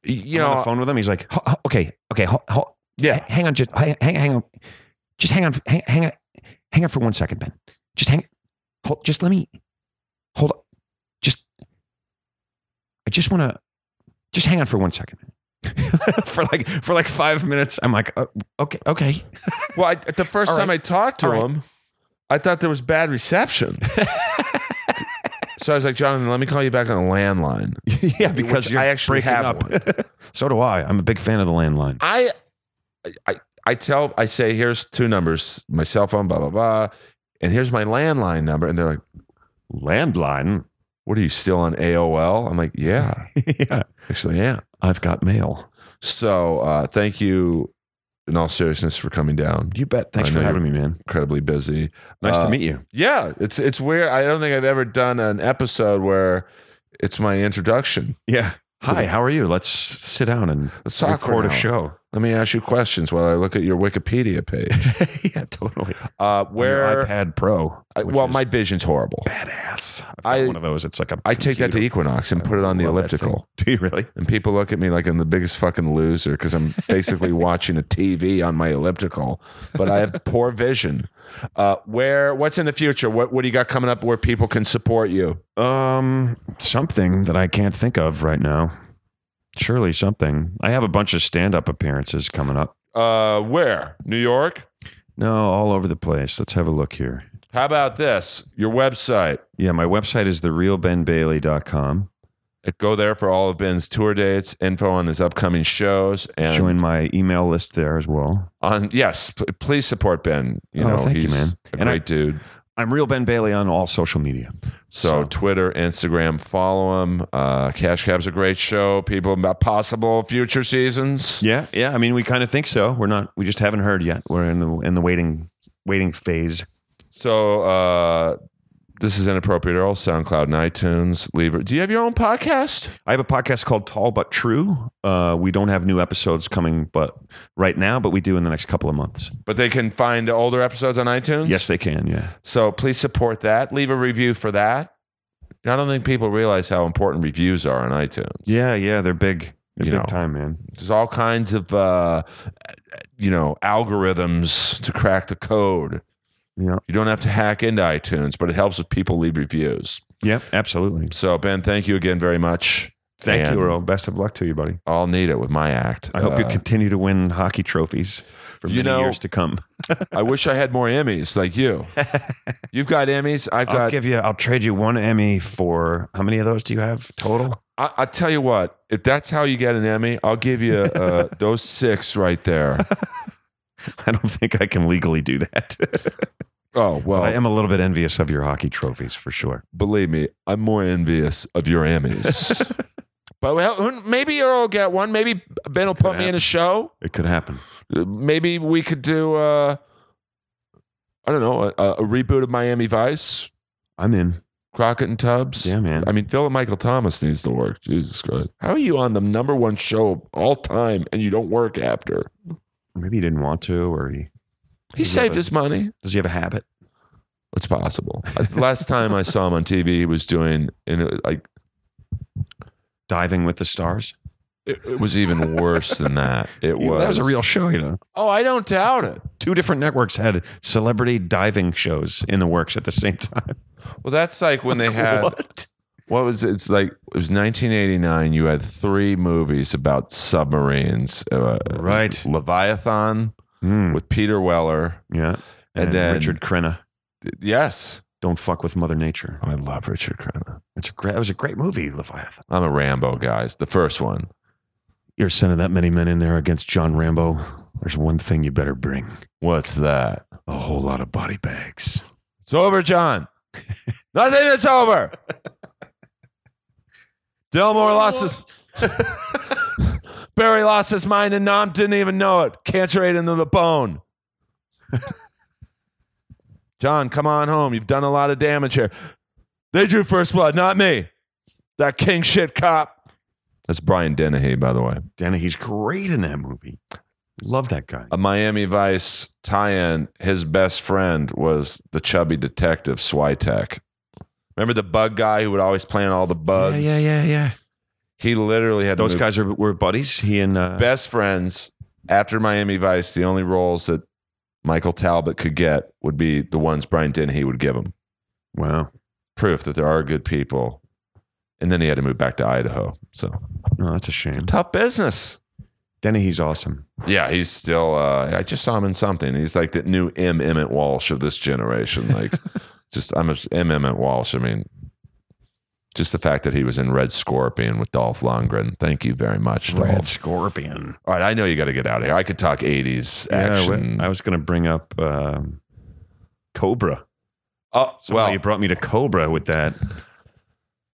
S1: you
S2: I'm on
S1: know
S2: the phone with him. He's like, "Ho- ho- okay, okay, ho- ho-
S1: yeah.
S2: hang on, just hang, hang, hang on, just hang on, hang, hang on, hang on for one second, Ben. Just hang, hold, just let me hold up. Just, I just want to, just hang on for one second. for like for like five minutes, I'm like, "Oh, okay, okay.
S1: Well, I, the first
S2: All
S1: time I talked to
S2: All right.
S1: him, I thought there was bad reception. so I was like, Jonathan, let me call you back on the landline.
S2: yeah,
S1: Which I actually
S2: breaking
S1: have one.
S2: so do I. I'm a big fan of the landline.
S1: I, I, I tell, I say, here's two numbers, my cell phone, blah blah blah, and here's my landline number, and they're like,
S2: Landline.
S1: "What are you still on AOL?" I'm like, "Yeah,
S2: yeah,
S1: actually, yeah."
S2: I've got mail.
S1: So uh, thank you, in all seriousness, for coming down.
S2: You bet. Thanks
S1: I
S2: for
S1: know
S2: having me, man.
S1: Incredibly busy.
S2: Nice
S1: Uh,
S2: to meet you.
S1: Yeah, it's it's weird. I don't think I've ever done an episode where it's my introduction.
S2: Yeah. Hi, how are you? Let's sit down and
S1: Let's talk for
S2: record a
S1: now.
S2: show.
S1: Let me ask you questions while I look at your Wikipedia page.
S2: yeah, totally.
S1: Uh,
S2: Where
S1: where?
S2: iPad Pro.
S1: I,
S2: which
S1: well,
S2: is
S1: my vision's horrible.
S2: badass. I've got
S1: I-
S2: one of those. It's like a.
S1: I take that to
S2: computer.
S1: Equinox and
S2: I
S1: put it on the
S2: love that
S1: elliptical,
S2: thing. Do you really?
S1: and people look at me like I'm the biggest fucking loser because I'm basically watching a TV on my elliptical. But I have poor vision. Uh, where? What's in the future? What What do you got coming up where people can support you?
S2: Um, something that I can't think of right now. Surely something. I have a bunch of stand-up appearances coming up.
S1: Uh, where? New York.
S2: No, all over the place. Let's have a look here.
S1: How about this? Your website.
S2: Yeah, my website is therealbenbailey.com.
S1: Uh, Go there for all of Ben's tour dates, info on his upcoming shows, and
S2: Join my email list there as well.
S1: on yes, p- please support Ben. You
S2: Oh,
S1: know,
S2: thank you,
S1: he's
S2: man.
S1: a
S2: And I-
S1: great dude.
S2: I'm Real Ben Bailey on all social media.
S1: So,
S2: So-
S1: Twitter, Instagram, follow him. Uh, Cash Cab's a great show. People about possible future seasons.
S2: Yeah, yeah. I mean, we kind of think so. We're not. We just haven't heard yet. We're in the in the waiting waiting phase.
S1: So uh, this is inappropriate. Earl, SoundCloud, and iTunes. Leave. it- Do you have your own podcast?
S2: I have a podcast called Tall But True. Uh, we don't have new episodes coming, but right now, but we do in the next couple of months.
S1: But they can find older episodes on iTunes.
S2: Yes, they can. Yeah,
S1: So please support that. Leave a review for that. And I don't think people realize how important reviews are on iTunes.
S2: yeah, yeah. They're big. They're
S1: You
S2: big
S1: know.
S2: time, man.
S1: There's all kinds of uh, you know algorithms to crack the code.
S2: Yeah.
S1: You don't have to hack into iTunes, but it helps if people leave reviews.
S2: Yep, absolutely.
S1: So Ben, thank you again very much.
S2: Thank
S1: And
S2: you, Earl. Best of luck to you, buddy.
S1: I'll need it with my act.
S2: I hope you
S1: Uh,
S2: continue to win hockey trophies for
S1: You
S2: many
S1: know-
S2: years to come.
S1: Uh, I wish I had more Emmys like you. You've got Emmys. I've
S2: I'll
S1: got.
S2: give you. I'll trade you one Emmy for how many of those do you have total?
S1: I, I tell you what. If that's how you get an Emmy, I'll give you uh, those six right there.
S2: I don't think I can legally do that.
S1: Oh well.
S2: But I am a little bit envious of your hockey trophies for sure.
S1: believe me, I'm more envious of your Emmys. but well, who- maybe Earl will get one. Maybe Ben will put me in a show.
S2: It could happen.
S1: Uh, Maybe we could do, uh, I don't know, a, a reboot of Miami Vice,
S2: I'm in.
S1: Crockett and Tubbs.
S2: Yeah, man.
S1: I mean, Philip Michael Thomas needs to work. Jesus Christ. How are you on the number one show of all time and you don't work after?
S2: Maybe he didn't want to, or he
S1: He
S2: Yeah,
S1: saved
S2: but-
S1: his money.
S2: does he have a habit?
S1: It's possible. Uh, Last time I saw him on TV, he was doing, and it, like,
S2: Diving with the stars.
S1: it, it was even worse than that. It was.
S2: that was a real show, you know.
S1: Oh, I don't doubt it.
S2: Two different networks had celebrity diving shows in the works at the same time.
S1: Well, that's like when they had what,
S2: what?
S1: was it? it's like it was 1989. You had three movies about submarines, uh,
S2: Right.
S1: Leviathan
S2: Mm,
S1: with Peter Weller.
S2: yeah,
S1: And
S2: and,
S1: then-
S2: Richard Crenna.
S1: Yes,
S2: Don't fuck with Mother Nature.
S1: I love Richard Crenna.
S2: It's a great. That was a great movie, Leviathan.
S1: I'm a Rambo guys. The first one.
S2: You're sending that many men in there against John Rambo. There's one thing you better bring:
S1: What's that?
S2: a whole lot of body bags.
S1: It's over, John. Nothing. It's over. Delmore lost his. Barry lost his mind, and Nam didn't even know it. Cancer ate into the bone. John, come on home. You've done a lot of damage here. They drew first blood, not me. That king shit cop. That's Brian Dennehy, by the way.
S2: Dennehy's great in that movie. Love that guy.
S1: A Miami Vice tie-in. His best friend was the chubby detective Switek. Remember the bug guy who would always plant all the bugs?
S2: yeah, yeah.
S1: He literally had to
S2: Those
S1: move-
S2: guys are, were buddies. He and uh,
S1: best friends after Miami Vice. The only roles that Michael Talbot could get would be the ones Brian Dennehy would give him.
S2: wow,
S1: Proof that there are good people. And then he had to move back to Idaho. So
S2: no, that's a shame.
S1: tough business.
S2: Dennehy's awesome.
S1: Yeah, he's still. Uh, I just saw him in something. He's like the new M. Emmett Walsh of this generation. Like, just I'm a M. Emmett Walsh. I mean, just the fact that he was in Red Scorpion with Dolph Lundgren. Thank you very much, Dolph.
S2: Scorpion.
S1: All right, I know you got to get out of here. I could talk 80s
S2: Yeah,
S1: action.
S2: wait, I was going to bring up um, Cobra.
S1: oh,
S2: So
S1: well,
S2: you brought me to Cobra with that.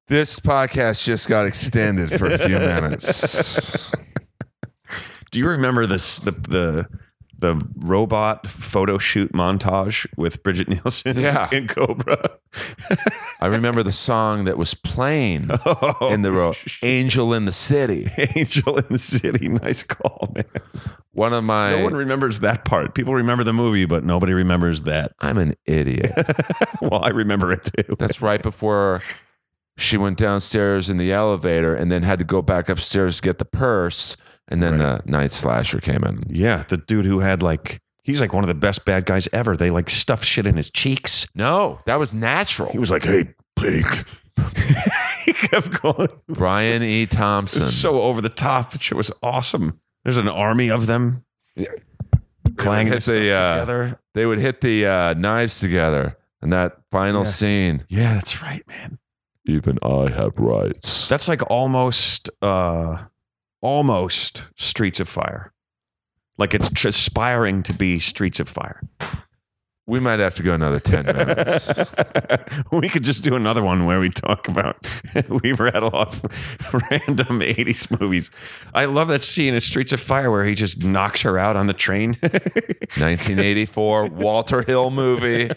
S1: this podcast just got extended for a few minutes.
S2: Do you remember this the the the robot photo shoot montage with Bridget Nielsen?
S1: Yeah.
S2: in Cobra.
S1: I remember the song that was playing
S2: Oh,
S1: in the row Angel in the City.
S2: Angel in the City. Nice call, man.
S1: One of my.
S2: No one remembers that part. People remember the movie, but nobody remembers that.
S1: I'm an idiot.
S2: well, I remember it too.
S1: That's right before she went downstairs in the elevator and then had to go back upstairs to get the purse. And then the night slasher came in.
S2: Yeah, the dude who had like he's like one of the best bad guys ever. They like stuff shit in his cheeks.
S1: No, that was natural.
S2: He was like, "Hey, pig." he kept going.
S1: Brian E. Thompson.
S2: It's so over the top. It was awesome. There's an army of them.
S1: Yeah.
S2: Clanging
S1: Hit
S2: stuff
S1: the, uh,
S2: together.
S1: they would hit the uh, knives together in that final
S2: Yeah.
S1: scene.
S2: Yeah, that's right, man.
S1: Even I have rights.
S2: That's like almost, uh, almost Streets of Fire. Like it's tr- aspiring to be Streets of Fire.
S1: we might have to go another 10 minutes.
S2: we could just do another one where we talk about we rattle off random 80s movies. I love that scene in Streets of Fire where he just knocks her out on the train.
S1: 1984 Walter Hill movie.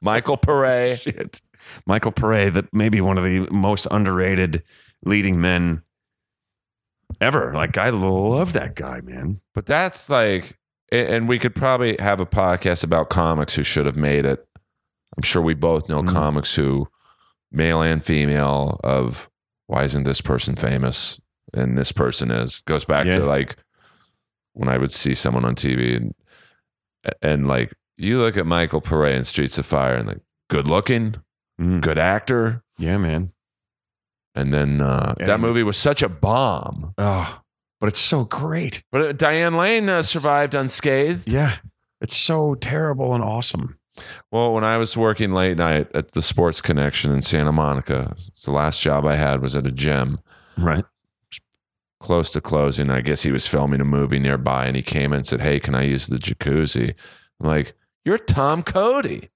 S1: Michael Pere.
S2: Shit. Michael Pere, that maybe one of the most underrated leading men ever. Like I love that guy, man.
S1: But that's like, a- and we could probably have a podcast about comics who should have made it. I'm sure we both know
S2: Mhm.
S1: comics who, male and female, of why isn't this person famous and this person is goes back
S2: Yeah.
S1: to like when I would see someone on TV and and like you look at Michael Pare in Streets of Fire and like good looking, good actor,
S2: Yeah, man.
S1: and then uh,
S2: And-
S1: that movie was such a bomb.
S2: Oh, but it's so great.
S1: But uh, Diane Lane uh, survived unscathed.
S2: Yeah. It's so terrible and awesome.
S1: Well, when I was working late night at the Sports Connection in Santa Monica, it's the last job I had was at a gym
S2: Right.
S1: close to closing. I guess he was filming a movie nearby and he came in and said, Hey, can I use the jacuzzi? I'm like, You're Tom Cody.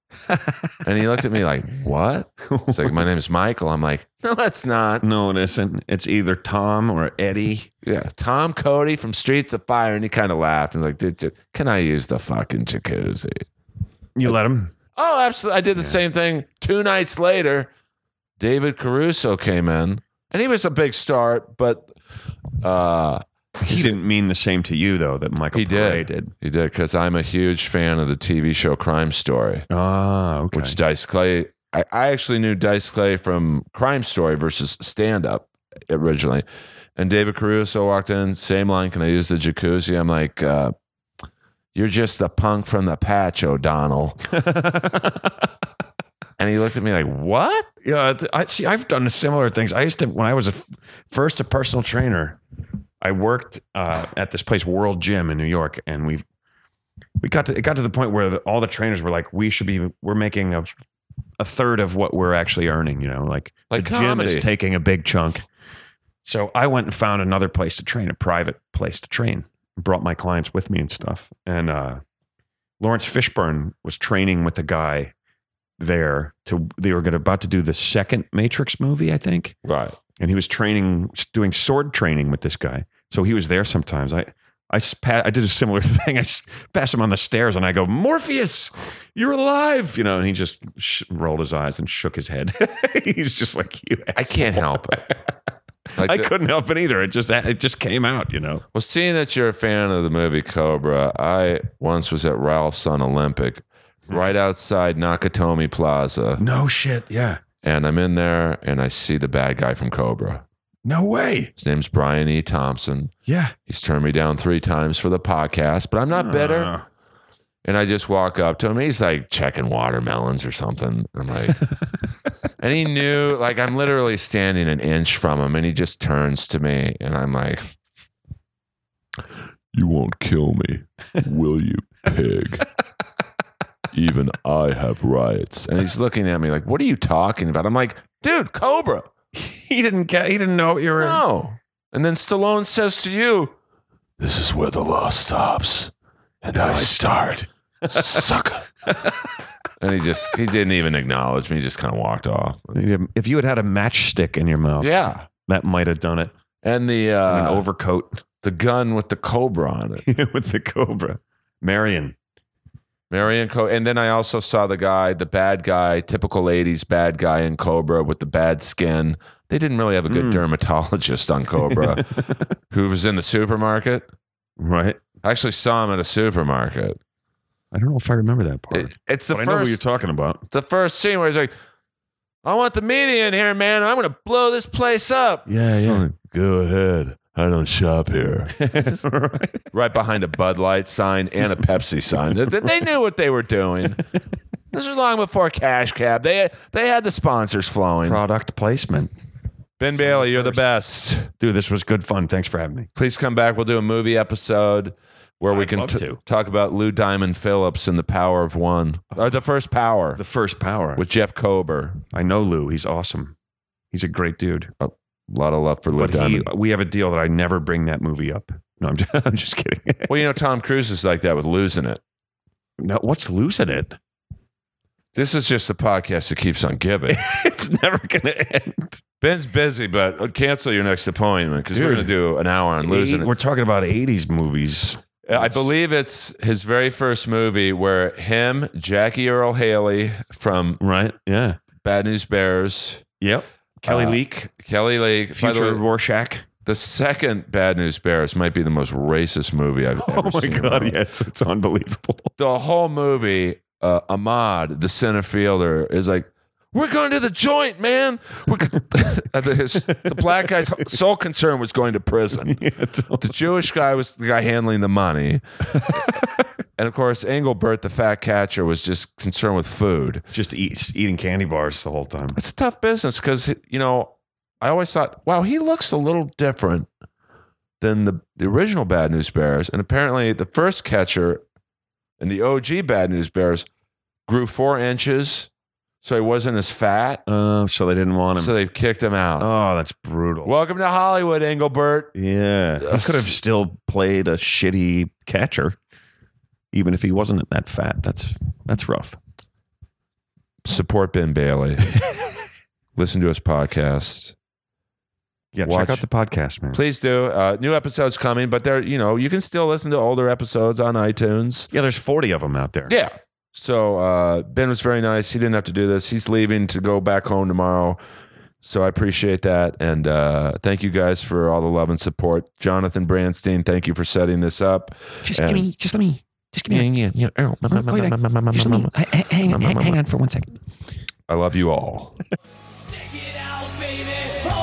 S1: and he looked at me like, What? It's like, My name's Michael. I'm like, No, that's not.
S2: no, it isn't. It's either Tom or Eddie.
S1: Yeah, Tom Cody from Streets of Fire. And he kind of laughed and like, Dude, ju- can I use the fucking jacuzzi?
S2: You let him?
S1: Oh, absolutely. I did the
S2: Yeah.
S1: same thing two nights later. David Caruso came in, and he was a big star, but uh,
S2: He didn't mean the same to you though that Michael
S1: He did.
S2: Pere did.
S1: he did because I'm a huge fan of the TV show Crime Story,
S2: Ah, okay.
S1: which Dice Clay. I, I actually knew Dice Clay from Crime Story versus stand up originally. And David Caruso walked in, same line. Can I use the jacuzzi? I'm like, uh, you're just the punk from the patch, O'Donnell. and he looked at me like, what?
S2: Yeah, th- I see. I've done similar things. I used to when I was a f- first a personal trainer. I worked uh, at this place, World Gym, in New York, and we we got to it got to the point where the, all the trainers were like, "We should be we're making a f- a third of what we're actually earning." You know, like
S1: Like
S2: the
S1: comedy.
S2: gym is taking a big chunk. So I went and found another place to train, a private place to train. Brought my clients with me and stuff. And uh, Lawrence Fishburne was training with a guy there to they were gonna, about to do the second Matrix movie, I think.
S1: Right.
S2: And he was training, doing sword training with this guy. So he was there sometimes. I. I, s- pa- I did a similar thing. I s- pass him on the stairs and I go, Morpheus, you're alive. You know, and he just sh- rolled his eyes and shook his head. He's just like, you
S1: I can't help it. Like
S2: I
S1: the-
S2: couldn't help it either. It just it just came out, you know.
S1: Well, seeing that you're a fan of the movie Cobra, I once was at Ralph's on Olympic, right outside Nakatomi Plaza,
S2: No shit. Yeah.
S1: and I'm in there and I see the bad guy from Cobra.
S2: No way.
S1: His name's Brian E. Thompson.
S2: Yeah.
S1: He's turned me down three times for the podcast, but I'm not bitter.
S2: Uh,
S1: And I just walk up to him. He's like checking watermelons or something. I'm like, and he knew, like, I'm literally standing an inch from him, and he just turns to me, and I'm like, You won't kill me, will you, pig? Even I have rights. And he's looking at me like, What are you talking about? I'm like, Dude, Cobra.
S2: he didn't get. He didn't know what you were.
S1: No. And then Stallone says to you, This is where the law stops. And I start. Sucker. and he just he didn't even acknowledge me, he just kinda walked off.
S2: If you had had a matchstick in your mouth,
S1: Yeah.
S2: that might have done it.
S1: And the
S2: And
S1: uh
S2: an overcoat
S1: the gun with the cobra on it.
S2: with the cobra. Marion.
S1: Marion Co and then I also saw the guy, the bad guy, typical ladies bad guy in Cobra with the bad skin. They didn't really have a good
S2: Mm.
S1: dermatologist on Cobra who was in the supermarket.
S2: right.
S1: I actually saw him at a supermarket.
S2: I don't know if I remember that part.
S1: It- it's the
S2: but I
S1: first
S2: know what you're talking about.
S1: the first scene where he's like, I want the media in here, man. I'm going to blow this place up.
S2: Yeah, yeah.
S1: Go ahead. I don't shop here.
S2: right.
S1: Right behind a Bud Light sign and a Pepsi sign. They, they knew what they were doing. This was long before Cash Cab. They they had the sponsors flowing.
S2: Product placement.
S1: ben Bailey, you're the best.
S2: Dude, this was good fun. Thanks for having me.
S1: Please come back. We'll do a movie episode where we
S2: I'd
S1: can
S2: love to.
S1: talk about Lou Diamond Phillips and the Power of One, or the First Power
S2: The first power.
S1: with Jeff Kober.
S2: I know Lou. He's awesome. He's a great dude.
S1: A lot of love for Lou
S2: But
S1: Diamond.
S2: he, we have a deal that I never bring that movie up. No, I'm just, I'm just kidding.
S1: Well, you know, Tom Cruise is like that with losing it.
S2: no, what's losing it?
S1: This is just the podcast that keeps on giving.
S2: It's never going to end.
S1: Ben's busy, but cancel your next appointment because we're
S2: Dude.
S1: going to do an hour on losing
S2: Eight- We're talking about 80s movies.
S1: it. I believe it's his very first movie where him, Jackie Earl Haley from
S2: Right. Yeah.
S1: Bad News Bears,
S2: Yep. Kelly
S1: Uh,
S2: Leak,
S1: Kelly Lake. by the
S2: future
S1: way,
S2: Rorschach.
S1: the second Bad News Bears might be the most racist movie I've ever seen. in life.
S2: Oh Yeah, it's, it's unbelievable.
S1: the whole movie, uh, Ahmad, the center fielder, is like, "We're going to the joint, man." We're go-" the, his, the black guy's sole concern was going to prison.
S2: Yeah, it's-
S1: The Jewish guy was the guy handling the money, and of course, Engelbert, the fat catcher, was just concerned with food.
S2: just eat, eating candy bars the whole time.
S1: It's a tough business because you know I always thought, "Wow, he looks a little different." Than the, the original Bad News Bears. And apparently, the first catcher and the OG Bad News Bears grew four inches, so he wasn't as fat.
S2: Oh, so they didn't want him.
S1: So they kicked him out.
S2: oh, that's brutal.
S1: Welcome to Hollywood, Engelbert.
S2: yeah. He
S1: Yes.
S2: could have still played a shitty catcher, even if he wasn't that fat. That's that's rough.
S1: Support Ben Bailey. Listen to his podcast.
S2: Yeah,
S1: Watch.
S2: check out the podcast, man.
S1: Please do. Uh, new episodes coming, but there, you know, you can still listen to older episodes on iTunes.
S2: Yeah, there's 40 of them out there.
S1: Yeah. So uh, Ben was very nice. He didn't have to do this. He's leaving to go back home tomorrow. So I appreciate that. And uh, thank you guys for all the love and support. Jonathan Brandstein, thank you for setting this up.
S3: Just
S1: And-
S3: give me, just let me, just give me.
S1: yeah. Oh,
S3: I'm gonna call you back. Just let me. h- h- Hang, hang, hang on for one second.
S1: I love you all.
S4: Stick it out, baby. Hold